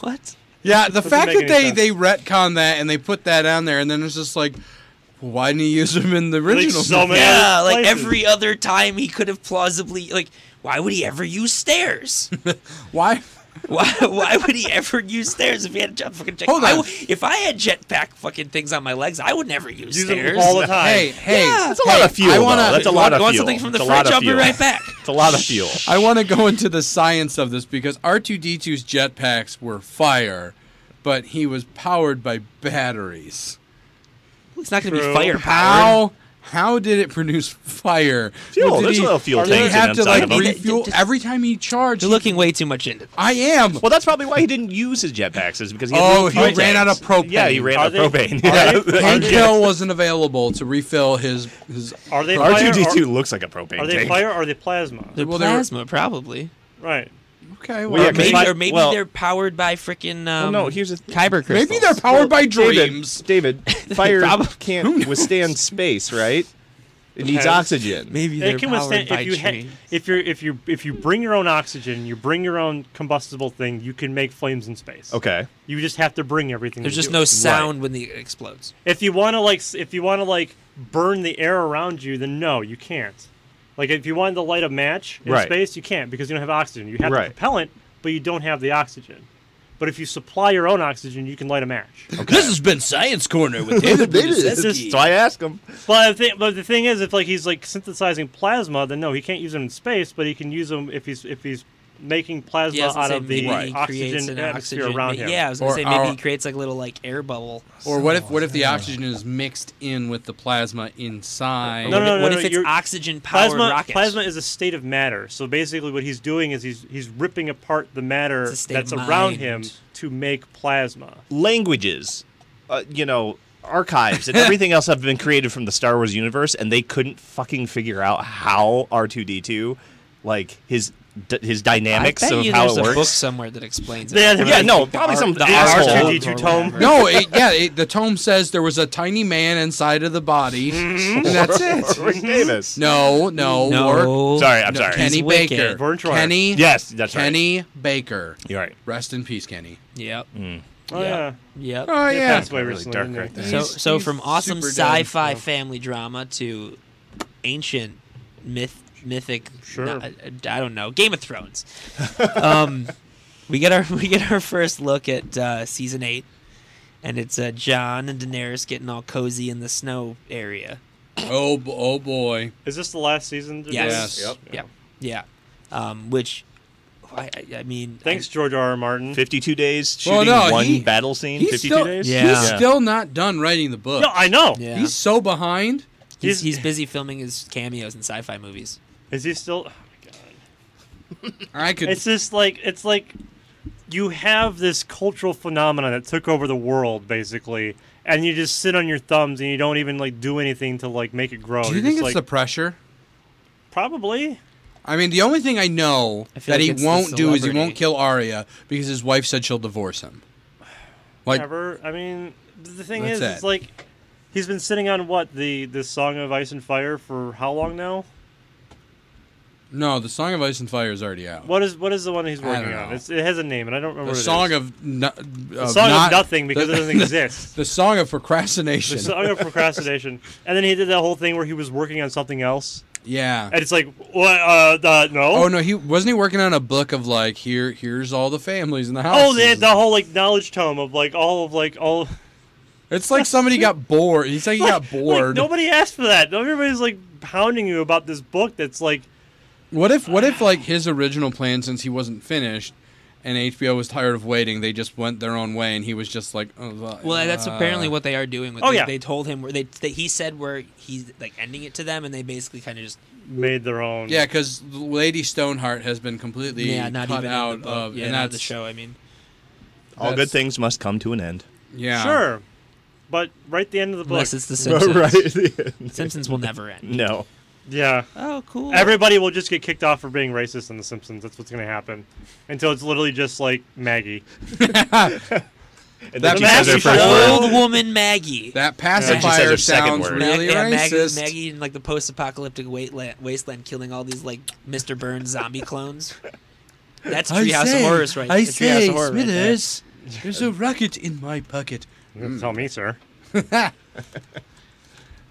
Speaker 2: what?
Speaker 1: yeah, the fact
Speaker 4: make
Speaker 1: that they
Speaker 4: any
Speaker 1: they retcon that and they put that on there, and then it's just like, why didn't you use him in the original?
Speaker 4: so
Speaker 1: movie?
Speaker 4: many-
Speaker 2: Yeah,
Speaker 4: other
Speaker 2: like
Speaker 4: places.
Speaker 2: every other time he could have plausibly like. Why would he ever use stairs?
Speaker 1: Why?
Speaker 2: Why, why would he ever use stairs if he had a jet fucking jet?
Speaker 1: Hold
Speaker 2: I
Speaker 1: on.
Speaker 2: w- if I had jetpack fucking things on my legs, I would never use,
Speaker 4: Use
Speaker 2: stairs.
Speaker 4: him all the time.
Speaker 1: Hey, hey,
Speaker 2: Yeah,
Speaker 1: that's
Speaker 5: It's a lot of fuel.
Speaker 1: I
Speaker 5: though.
Speaker 1: wanna,
Speaker 5: That's a lot
Speaker 2: want-
Speaker 5: of
Speaker 2: want
Speaker 5: fuel.
Speaker 2: something from the
Speaker 5: It's a lot
Speaker 2: fridge?
Speaker 5: of
Speaker 2: I'll be
Speaker 5: fuel.
Speaker 2: right back.
Speaker 5: It's a lot of fuel.
Speaker 1: I want to go into the science of this because R2D2's jetpacks were fire, but he was powered by batteries.
Speaker 2: It's not going to be
Speaker 4: True.
Speaker 2: firepower.
Speaker 1: How how did it produce fire?
Speaker 5: Fuel,
Speaker 1: Did
Speaker 5: there's a little fuel
Speaker 1: did he
Speaker 5: tanks
Speaker 1: have to
Speaker 5: inside
Speaker 1: like
Speaker 5: of him.
Speaker 1: refuel
Speaker 2: Just-
Speaker 1: every time he charged?
Speaker 2: You're looking way too much into.
Speaker 1: I am.
Speaker 5: Well, that's probably why he didn't use his jetpacks is because he had
Speaker 1: Oh,
Speaker 5: little fuel
Speaker 1: he ran out of
Speaker 5: tanks.
Speaker 1: propane.
Speaker 5: Yeah, he ran
Speaker 4: Are
Speaker 5: out of
Speaker 4: they-
Speaker 5: propane.
Speaker 4: are they-
Speaker 5: Yeah.
Speaker 1: Hank Hill wasn't available to refill his his.
Speaker 4: Are they fire?
Speaker 5: R2D2 looks like a propane
Speaker 4: Are they
Speaker 5: tank.
Speaker 4: fire or are they plasma?
Speaker 2: The
Speaker 1: Well, they were-
Speaker 2: plasma, probably.
Speaker 4: Right.
Speaker 1: Okay, well,
Speaker 5: Well, yeah, 'cause
Speaker 2: Maybe,
Speaker 5: my-
Speaker 2: or maybe
Speaker 5: well-
Speaker 2: they're powered by freaking. Um,
Speaker 5: no, here's the th-
Speaker 2: kyber crystals.
Speaker 1: maybe they're powered by dreams.
Speaker 5: David, David fire
Speaker 2: Probably.
Speaker 5: can't withstand space, right? It needs
Speaker 4: Okay.
Speaker 5: oxygen.
Speaker 2: Maybe they're
Speaker 4: it can
Speaker 2: powered
Speaker 4: withstand
Speaker 2: by
Speaker 4: if you ha-
Speaker 2: dreams.
Speaker 4: if you if you if you bring your own oxygen, you bring your own combustible thing, you can make flames in space.
Speaker 5: Okay.
Speaker 4: You just have to bring everything.
Speaker 2: There's
Speaker 4: to
Speaker 2: just
Speaker 4: do it.
Speaker 2: no sound when the, it explodes.
Speaker 4: If you want to like s- if you want to like burn the air around you, then no, you can't. Like if you wanted to light a match in
Speaker 5: Right.
Speaker 4: space, you can't because you don't have oxygen. You have
Speaker 5: Right.
Speaker 4: the propellant, but you don't have the oxygen. But if you supply your own oxygen, you can light a match.
Speaker 1: This has been Science Corner with David.
Speaker 5: That's why I ask him.
Speaker 4: But the, thing, but the thing is, if like he's like synthesizing plasma, then no, he can't use them in space. But he can use them if he's if he's making plasma
Speaker 2: Yeah, I was gonna
Speaker 4: out
Speaker 2: say
Speaker 4: of the
Speaker 2: maybe he creates
Speaker 4: oxygen
Speaker 2: an
Speaker 4: atmosphere
Speaker 2: oxygen-
Speaker 4: around
Speaker 2: ma-
Speaker 4: him.
Speaker 2: Yeah, I was gonna
Speaker 1: Or
Speaker 2: say maybe
Speaker 1: our-
Speaker 2: he creates like a little like air bubble.
Speaker 1: Or what if what if the oxygen is mixed in with the plasma inside?
Speaker 4: No,
Speaker 2: what
Speaker 4: no,
Speaker 2: if,
Speaker 4: no,
Speaker 2: what
Speaker 4: no,
Speaker 2: if it's
Speaker 4: you're-
Speaker 2: oxygen powered
Speaker 4: Plasma,
Speaker 2: rockets?
Speaker 4: plasma is a state of matter. So basically, what he's doing is he's he's ripping apart the matter
Speaker 2: It's a state
Speaker 4: that's
Speaker 2: of
Speaker 4: around him
Speaker 2: mind.
Speaker 4: to make plasma.
Speaker 5: Languages, uh, you know, archives and everything else have been created from the Star Wars universe, and they couldn't fucking figure out how R2D2 like his d- his dynamics
Speaker 2: I bet
Speaker 5: of
Speaker 2: you
Speaker 5: how
Speaker 2: there's
Speaker 5: it
Speaker 2: a book
Speaker 5: works.
Speaker 2: somewhere that explains
Speaker 5: Yeah,
Speaker 2: it.
Speaker 5: there- yeah, no, probably some asshole.
Speaker 2: art
Speaker 4: R2D2
Speaker 2: or
Speaker 4: tome.
Speaker 2: whatever.
Speaker 1: No, it, yeah, it, the tome says there was a tiny man inside of the body,
Speaker 5: Mm-hmm.
Speaker 1: and that's it.
Speaker 5: Rick Davis.
Speaker 1: No, no, Warwick-
Speaker 2: no.
Speaker 5: Sorry, I'm
Speaker 1: no,
Speaker 5: sorry.
Speaker 1: Kenny
Speaker 2: He's wicked.
Speaker 1: Baker.
Speaker 4: Vern Troyer.
Speaker 1: Kenny.
Speaker 5: Yes, that's right.
Speaker 1: Kenny Baker.
Speaker 5: You're right.
Speaker 1: Rest in peace, Kenny.
Speaker 2: Yep.
Speaker 4: Oh, yeah.
Speaker 2: Yep.
Speaker 1: Oh
Speaker 4: Yeah,
Speaker 1: yeah.
Speaker 4: Passed away
Speaker 5: Really
Speaker 4: recently.
Speaker 5: dark
Speaker 4: didn't he?
Speaker 5: right there.
Speaker 2: So,
Speaker 1: He's-
Speaker 2: so
Speaker 1: he's
Speaker 2: from awesome
Speaker 1: super dumb,
Speaker 2: sci-fi
Speaker 1: yeah.
Speaker 2: family drama to ancient myth, mythic.
Speaker 4: Sure.
Speaker 2: no, I, I don't know. Game of Thrones. um, we get our we get our first look at uh, season eight, and it's uh, John and Daenerys getting all cozy in the snow area.
Speaker 1: Oh, b- oh boy.
Speaker 4: Is this the last season? that
Speaker 2: Yes.
Speaker 4: it was?
Speaker 2: Yep. Yeah. Um, which, I, I- I mean, I-
Speaker 4: Thanks, George R. R. Martin.
Speaker 5: 52 days shooting
Speaker 1: Well, no,
Speaker 5: one
Speaker 1: he-
Speaker 5: battle scene. 52
Speaker 1: still,
Speaker 5: days.
Speaker 2: Yeah.
Speaker 1: he's still not done writing the book.
Speaker 4: No, I know.
Speaker 2: yeah.
Speaker 1: He's so behind.
Speaker 2: he's,
Speaker 4: he's-
Speaker 2: he's busy filming his cameos in sci-fi movies.
Speaker 4: Is he still? oh my God.
Speaker 1: I could.
Speaker 4: It's just like it's like you have this cultural phenomenon that took over the world basically, and you just sit on your thumbs and you don't even like do anything to like make it grow.
Speaker 1: do you
Speaker 4: You're
Speaker 1: think it's
Speaker 4: just
Speaker 1: the
Speaker 4: like,
Speaker 1: pressure?
Speaker 4: probably?
Speaker 1: I mean, the only thing I know
Speaker 2: I feel
Speaker 1: that
Speaker 2: like
Speaker 1: he
Speaker 2: it's the
Speaker 1: won't do is he
Speaker 2: celebrity.
Speaker 1: won't kill Arya because his wife said she'll divorce him. Like,
Speaker 4: Ever? I mean, the thing
Speaker 1: That's
Speaker 4: is,
Speaker 1: that.
Speaker 4: it's like he's been sitting on what the this song of ice and fire for how long now?
Speaker 1: no, the Song of Ice and Fire is already out.
Speaker 4: What is what is the one he's
Speaker 1: I don't
Speaker 4: working
Speaker 1: know.
Speaker 4: on? It's, it has a name, and I don't remember.
Speaker 1: The
Speaker 4: what it
Speaker 1: Song
Speaker 4: is.
Speaker 1: of, no,
Speaker 4: the
Speaker 1: of
Speaker 4: song
Speaker 1: not-
Speaker 4: of nothing because
Speaker 1: the-
Speaker 4: it doesn't exist.
Speaker 1: The Song of Procrastination.
Speaker 4: The song of procrastination, and then he did that whole thing where he was working on something else,
Speaker 1: yeah.
Speaker 4: and it's like what? Uh, the, no.
Speaker 1: Oh no, he wasn't he working on a book of like here here's all the families in the house.
Speaker 4: Oh, they had the whole like knowledge tome of like all of like all.
Speaker 1: It's like somebody got bored. He's like he got
Speaker 4: Like,
Speaker 1: bored.
Speaker 4: nobody asked for that. Everybody's like pounding you about this book that's like
Speaker 1: What if what if like his original plan since he wasn't finished and HBO was tired of waiting, they just went their own way and he was just like oh,
Speaker 2: Well, that's
Speaker 1: uh,
Speaker 2: apparently what they are doing. With
Speaker 4: oh,
Speaker 2: they,
Speaker 4: yeah.
Speaker 2: they told him where they, they he said where he's like ending it to them, and they basically kind of just
Speaker 4: made their own.
Speaker 1: Yeah, cuz Lady Stoneheart has been completely
Speaker 2: yeah, not
Speaker 1: cut
Speaker 2: even in the
Speaker 1: out
Speaker 2: book.
Speaker 1: of
Speaker 2: yeah,
Speaker 1: and
Speaker 2: not
Speaker 1: that's
Speaker 2: the show. I mean,
Speaker 5: All good
Speaker 1: That's-
Speaker 5: things must come to an end.
Speaker 1: Yeah.
Speaker 4: sure. But right at the end of the book,
Speaker 2: unless it's the Simpsons.
Speaker 5: right.
Speaker 2: Simpsons will never end.
Speaker 5: no.
Speaker 4: yeah,
Speaker 2: Oh, cool.
Speaker 4: everybody will just get kicked off for being racist in The Simpsons. That's what's gonna happen until it's literally just like Maggie.
Speaker 5: And then
Speaker 1: That
Speaker 5: she says her
Speaker 4: Maggie
Speaker 5: first
Speaker 4: show-
Speaker 5: word.
Speaker 2: old woman Maggie.
Speaker 1: That
Speaker 5: she says
Speaker 1: pacifier
Speaker 5: her second
Speaker 1: sounds
Speaker 5: word.
Speaker 1: really
Speaker 2: Mag- yeah,
Speaker 1: racist.
Speaker 2: Maggie, Maggie in like the post-apocalyptic wasteland, wasteland, killing all these like Mr. Burns zombie clones. That's Treehouse of Horrors, right? it's Treehouse of Horror right there.
Speaker 1: there's a rocket in my pocket.
Speaker 2: Mm.
Speaker 4: Tell me, sir.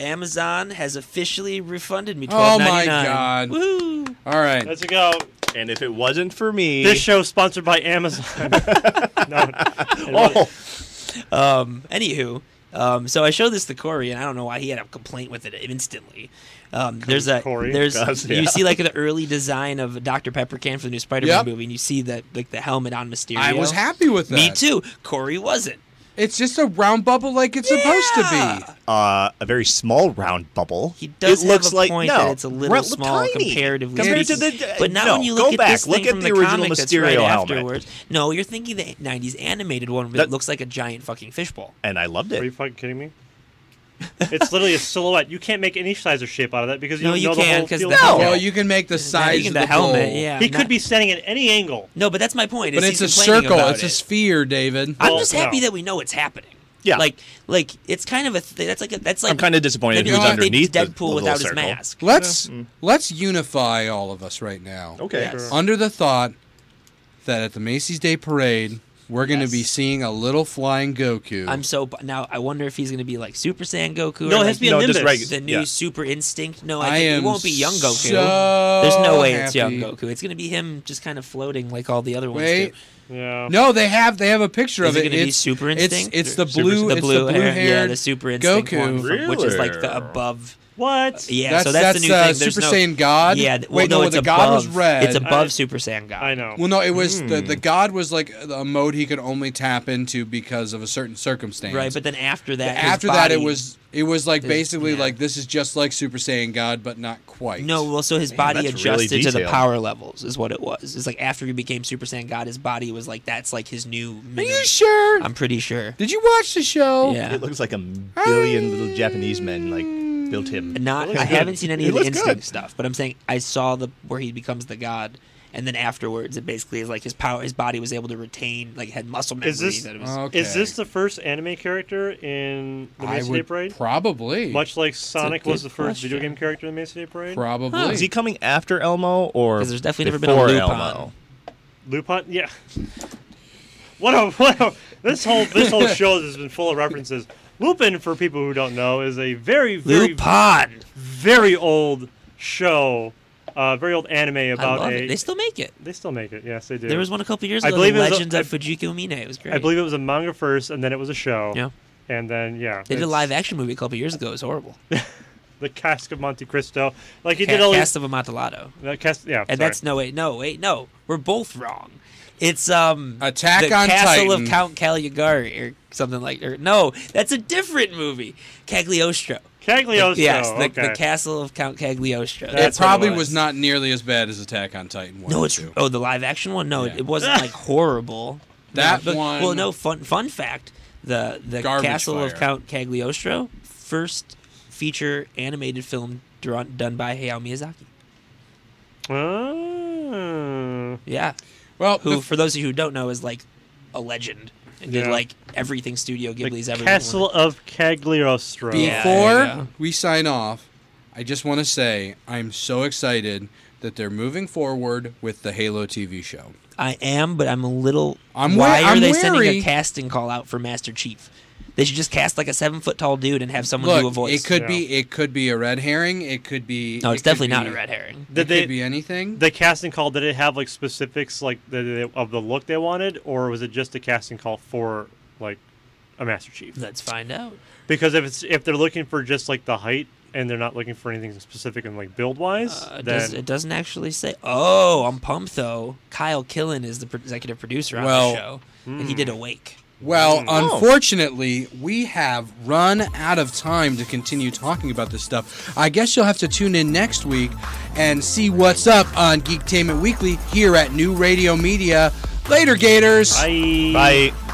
Speaker 2: Amazon has officially refunded me. $12.99.
Speaker 1: Oh my god.
Speaker 2: Woo!
Speaker 1: All right.
Speaker 4: Let's go.
Speaker 5: And if it wasn't for me,
Speaker 4: This show sponsored by Amazon. no,
Speaker 5: oh,
Speaker 2: Um, anywho, um, so I showed this to Corey, and I don't know why he had a complaint with it instantly. Um, there's a
Speaker 4: Corey?
Speaker 2: there's
Speaker 5: Because, yeah.
Speaker 2: you see like an early design of a Dr Pepper can for the new Spider-Man
Speaker 1: Yep.
Speaker 2: movie, and you see that like the helmet on Mysterio.
Speaker 1: I was happy with that.
Speaker 2: Me too. Corey wasn't.
Speaker 1: It's just a round bubble like it's supposed to be.
Speaker 5: uh, a very small round bubble.
Speaker 2: Oh. He does
Speaker 5: it looks
Speaker 2: have a
Speaker 5: like
Speaker 2: point
Speaker 5: no,
Speaker 2: that it's a little
Speaker 5: re-
Speaker 2: small
Speaker 5: tiny
Speaker 2: comparatively
Speaker 5: compared to
Speaker 2: speaking.
Speaker 5: the.
Speaker 2: But not
Speaker 5: no,
Speaker 2: when you
Speaker 5: go
Speaker 2: look at
Speaker 5: back.
Speaker 2: this
Speaker 5: look
Speaker 2: thing
Speaker 5: at
Speaker 2: from
Speaker 5: the
Speaker 2: the,
Speaker 5: original
Speaker 2: comic that's
Speaker 5: Mysterio
Speaker 2: right
Speaker 5: helmet,
Speaker 2: afterwards. No, you're thinking the '90s animated one, but
Speaker 5: That-
Speaker 2: it looks like a giant fucking fishbowl.
Speaker 5: and I loved
Speaker 4: Are you
Speaker 5: it.
Speaker 4: fucking kidding me? It's literally a silhouette. You can't make any size or shape out of that because you
Speaker 2: No,
Speaker 4: don't
Speaker 2: you
Speaker 4: know
Speaker 2: can,
Speaker 4: the whole
Speaker 2: 'cause
Speaker 4: field.
Speaker 2: the
Speaker 5: No!
Speaker 2: helmet-
Speaker 1: Well, Oh, you can make the
Speaker 2: not
Speaker 1: size
Speaker 2: even
Speaker 1: of
Speaker 2: the,
Speaker 1: the,
Speaker 2: helmet.
Speaker 1: bowl.
Speaker 2: Yeah,
Speaker 4: he
Speaker 2: not-
Speaker 4: could be standing at any angle.
Speaker 2: No, but that's my point.
Speaker 1: But
Speaker 2: is
Speaker 1: it's a
Speaker 2: he's complaining
Speaker 1: circle.
Speaker 2: about
Speaker 1: It's
Speaker 2: it.
Speaker 1: a sphere, David.
Speaker 2: I'm
Speaker 4: Well,
Speaker 2: just happy
Speaker 4: no.
Speaker 2: that we know it's happening.
Speaker 5: Yeah.
Speaker 2: Like, like it's kind of a. Th- that's like a, that's like.
Speaker 5: I'm kind of
Speaker 2: like
Speaker 5: disappointed
Speaker 2: you
Speaker 5: who's
Speaker 2: know, I think
Speaker 5: underneath the-
Speaker 2: Deadpool
Speaker 5: the little
Speaker 2: without his
Speaker 5: circle.
Speaker 2: mask.
Speaker 1: Let's
Speaker 2: Mm.
Speaker 1: let's unify all of us right now.
Speaker 5: Okay.
Speaker 2: Yes.
Speaker 4: Sure.
Speaker 1: Under the thought that at the Macy's Day Parade, we're going to be
Speaker 2: Yes.
Speaker 1: seeing a little flying Goku.
Speaker 2: I'm so bu- now. I wonder if he's going to be like Super Saiyan Goku.
Speaker 4: No,
Speaker 2: or
Speaker 4: it
Speaker 2: like
Speaker 4: has to be a
Speaker 5: No, just
Speaker 4: Nimbus.
Speaker 5: regu-
Speaker 2: the new
Speaker 5: Yeah.
Speaker 2: Super Instinct. No, I,
Speaker 1: I
Speaker 2: think
Speaker 1: am
Speaker 2: it won't be young Goku.
Speaker 1: so
Speaker 2: There's no way it's young
Speaker 1: happy.
Speaker 2: Goku. It's going to be him just kind of floating like all the other ones.
Speaker 1: Wait.
Speaker 2: do.
Speaker 4: Yeah.
Speaker 1: No, they have they have a picture
Speaker 2: Is
Speaker 1: of
Speaker 2: it
Speaker 1: it.
Speaker 2: gonna be
Speaker 1: it's
Speaker 2: Super Instinct?
Speaker 1: It's, it's the
Speaker 2: Super-
Speaker 1: blue.
Speaker 2: the blue
Speaker 1: it's the blue
Speaker 2: hair, yeah,
Speaker 1: haired
Speaker 2: the Super Instinct
Speaker 1: Goku.
Speaker 2: one, from, which is like the
Speaker 5: Really?
Speaker 2: above.
Speaker 4: What?
Speaker 2: Yeah,
Speaker 1: That's,
Speaker 2: so that's,
Speaker 1: that's,
Speaker 2: the new
Speaker 1: uh,
Speaker 2: thing. There's
Speaker 1: Super
Speaker 2: no,
Speaker 1: Saiyan God.
Speaker 2: Yeah, th- well,
Speaker 1: wait,
Speaker 2: no, it's
Speaker 1: the
Speaker 2: above,
Speaker 1: God was red.
Speaker 2: It's Hmm. above
Speaker 4: I-
Speaker 2: Super Saiyan God.
Speaker 4: I know.
Speaker 1: Well, no, it was the the God was like a mode he could only tap into because of a certain circumstance.
Speaker 2: Right, but then after that, his
Speaker 1: after that, it
Speaker 2: body-
Speaker 1: was it was like
Speaker 2: is-
Speaker 1: basically
Speaker 2: yeah.
Speaker 1: like this is just like Super Saiyan God, but not quite.
Speaker 2: No, well, so his body
Speaker 5: that's really
Speaker 2: adjusted to the
Speaker 5: detailed.
Speaker 2: power levels, is what it was. It's like after he became Super Saiyan God, his body was like that's like his new.
Speaker 1: are
Speaker 2: Minimum.
Speaker 1: you sure?
Speaker 2: I'm pretty sure.
Speaker 1: Did you watch the show?
Speaker 2: Yeah.
Speaker 5: It looks like a billion little Japanese men like built him.
Speaker 2: Not
Speaker 4: It looks
Speaker 2: I
Speaker 4: good.
Speaker 2: haven't seen any
Speaker 5: It
Speaker 2: of the
Speaker 5: looks
Speaker 2: instinct
Speaker 5: good.
Speaker 2: stuff, but I'm saying I saw the where he becomes the god, and then afterwards it basically is like his power, his body was able to retain like had muscle memory.
Speaker 4: Is this-
Speaker 2: that it was,
Speaker 1: Okay.
Speaker 4: Is this the first anime character in the
Speaker 1: I
Speaker 4: Mesa Day
Speaker 1: would
Speaker 4: Parade?
Speaker 1: probably
Speaker 4: Much like Sonic was
Speaker 2: good
Speaker 4: the first video
Speaker 2: question.
Speaker 4: game character in the Mesa Day Parade.
Speaker 1: probably.
Speaker 5: Is he coming after Elmo or
Speaker 2: 'Cause there's definitely never been a
Speaker 5: before
Speaker 2: loop on.
Speaker 5: Elmo?
Speaker 4: Lupin, yeah. What a what a, this whole this whole show has been full of references. Lupin, for people who don't know, is a very very
Speaker 2: Lupin.
Speaker 4: very old show, uh, very old anime
Speaker 2: I
Speaker 4: about
Speaker 2: love
Speaker 4: a.
Speaker 2: it. They still make it.
Speaker 4: they still make it. Yes, they do.
Speaker 2: There was one a couple years
Speaker 4: I
Speaker 2: ago.
Speaker 4: believe
Speaker 2: the
Speaker 4: it was a-
Speaker 2: Legends
Speaker 4: I-
Speaker 2: of Fujiko Mine. It was great.
Speaker 4: I believe it was a manga first, and then it was a show.
Speaker 2: Yeah.
Speaker 4: And then yeah,
Speaker 2: They did a
Speaker 4: it's
Speaker 2: live action movie a couple years ago. It was horrible.
Speaker 4: The Cask of Monte Cristo, like he
Speaker 2: Ca-
Speaker 4: did all
Speaker 2: Cast
Speaker 4: these.
Speaker 2: of Amontillado.
Speaker 4: The cast, yeah, sorry.
Speaker 2: And that's no wait, no wait, no. We're both wrong. It's um
Speaker 1: Attack
Speaker 2: the
Speaker 1: on
Speaker 2: Castle
Speaker 1: Titan.
Speaker 2: of Count Caligari or something like or no, that's a different movie. Cagliostro.
Speaker 4: Cagliostro.
Speaker 2: yes, the,
Speaker 4: okay.
Speaker 2: the Castle of Count Cagliostro.
Speaker 4: That's
Speaker 1: it
Speaker 4: what it
Speaker 1: probably
Speaker 4: was.
Speaker 1: was. not nearly as bad as Attack on Titan. One
Speaker 2: no,
Speaker 1: and
Speaker 2: it's
Speaker 1: two.
Speaker 2: oh the live action one. No, it,
Speaker 1: Yeah.
Speaker 2: it wasn't like horrible.
Speaker 1: That
Speaker 2: No, but-
Speaker 1: one-
Speaker 2: Well, no fun fun fact. The the
Speaker 1: Garbage
Speaker 2: Castle of
Speaker 1: fire.
Speaker 2: Count Cagliostro first feature animated film drawn, done by Hayao Miyazaki.
Speaker 4: Ah.
Speaker 2: Yeah,
Speaker 1: well,
Speaker 2: who,
Speaker 1: bef-
Speaker 2: for those of you who don't know, is like a legend and did
Speaker 4: Yeah.
Speaker 2: like everything Studio Ghibli's
Speaker 4: the
Speaker 2: ever.
Speaker 4: Castle of Cagliostro.
Speaker 1: before
Speaker 2: Yeah, there you go.
Speaker 1: we sign off, I just want to say I'm so excited that they're moving forward with the Halo TV show.
Speaker 2: I am, but I'm a little.
Speaker 1: I'm wa-
Speaker 2: why are
Speaker 1: I'm
Speaker 2: they sending a
Speaker 1: wary.
Speaker 2: casting call out for Master Chief? They should just cast like a seven foot tall dude and have someone do a
Speaker 1: Look,
Speaker 2: voice.
Speaker 1: it could be it could be a red herring. It could be
Speaker 2: no, it's
Speaker 1: it could
Speaker 2: definitely not
Speaker 1: be-
Speaker 2: a red herring.
Speaker 1: It
Speaker 4: Did they-
Speaker 1: could be anything.
Speaker 4: The casting call did it have like specifics like the, the, of the look they wanted, or was it just a casting call for like a Master Chief?
Speaker 2: Let's find out.
Speaker 4: Because if it's if they're looking for just like the height and they're not looking for anything specific and like build wise,
Speaker 2: Uh, it, does,
Speaker 4: then
Speaker 2: it doesn't actually say. Oh, I'm pumped though. Kyle Killen is the pro- executive producer on
Speaker 1: Well,
Speaker 2: the show, and he did Awake.
Speaker 1: Well, unfortunately, we have run out of time to continue talking about this stuff. I guess you'll have to tune in next week and see what's up on Geektainment Weekly here at New Radio Media. Later, Gators.
Speaker 4: I
Speaker 5: Bye.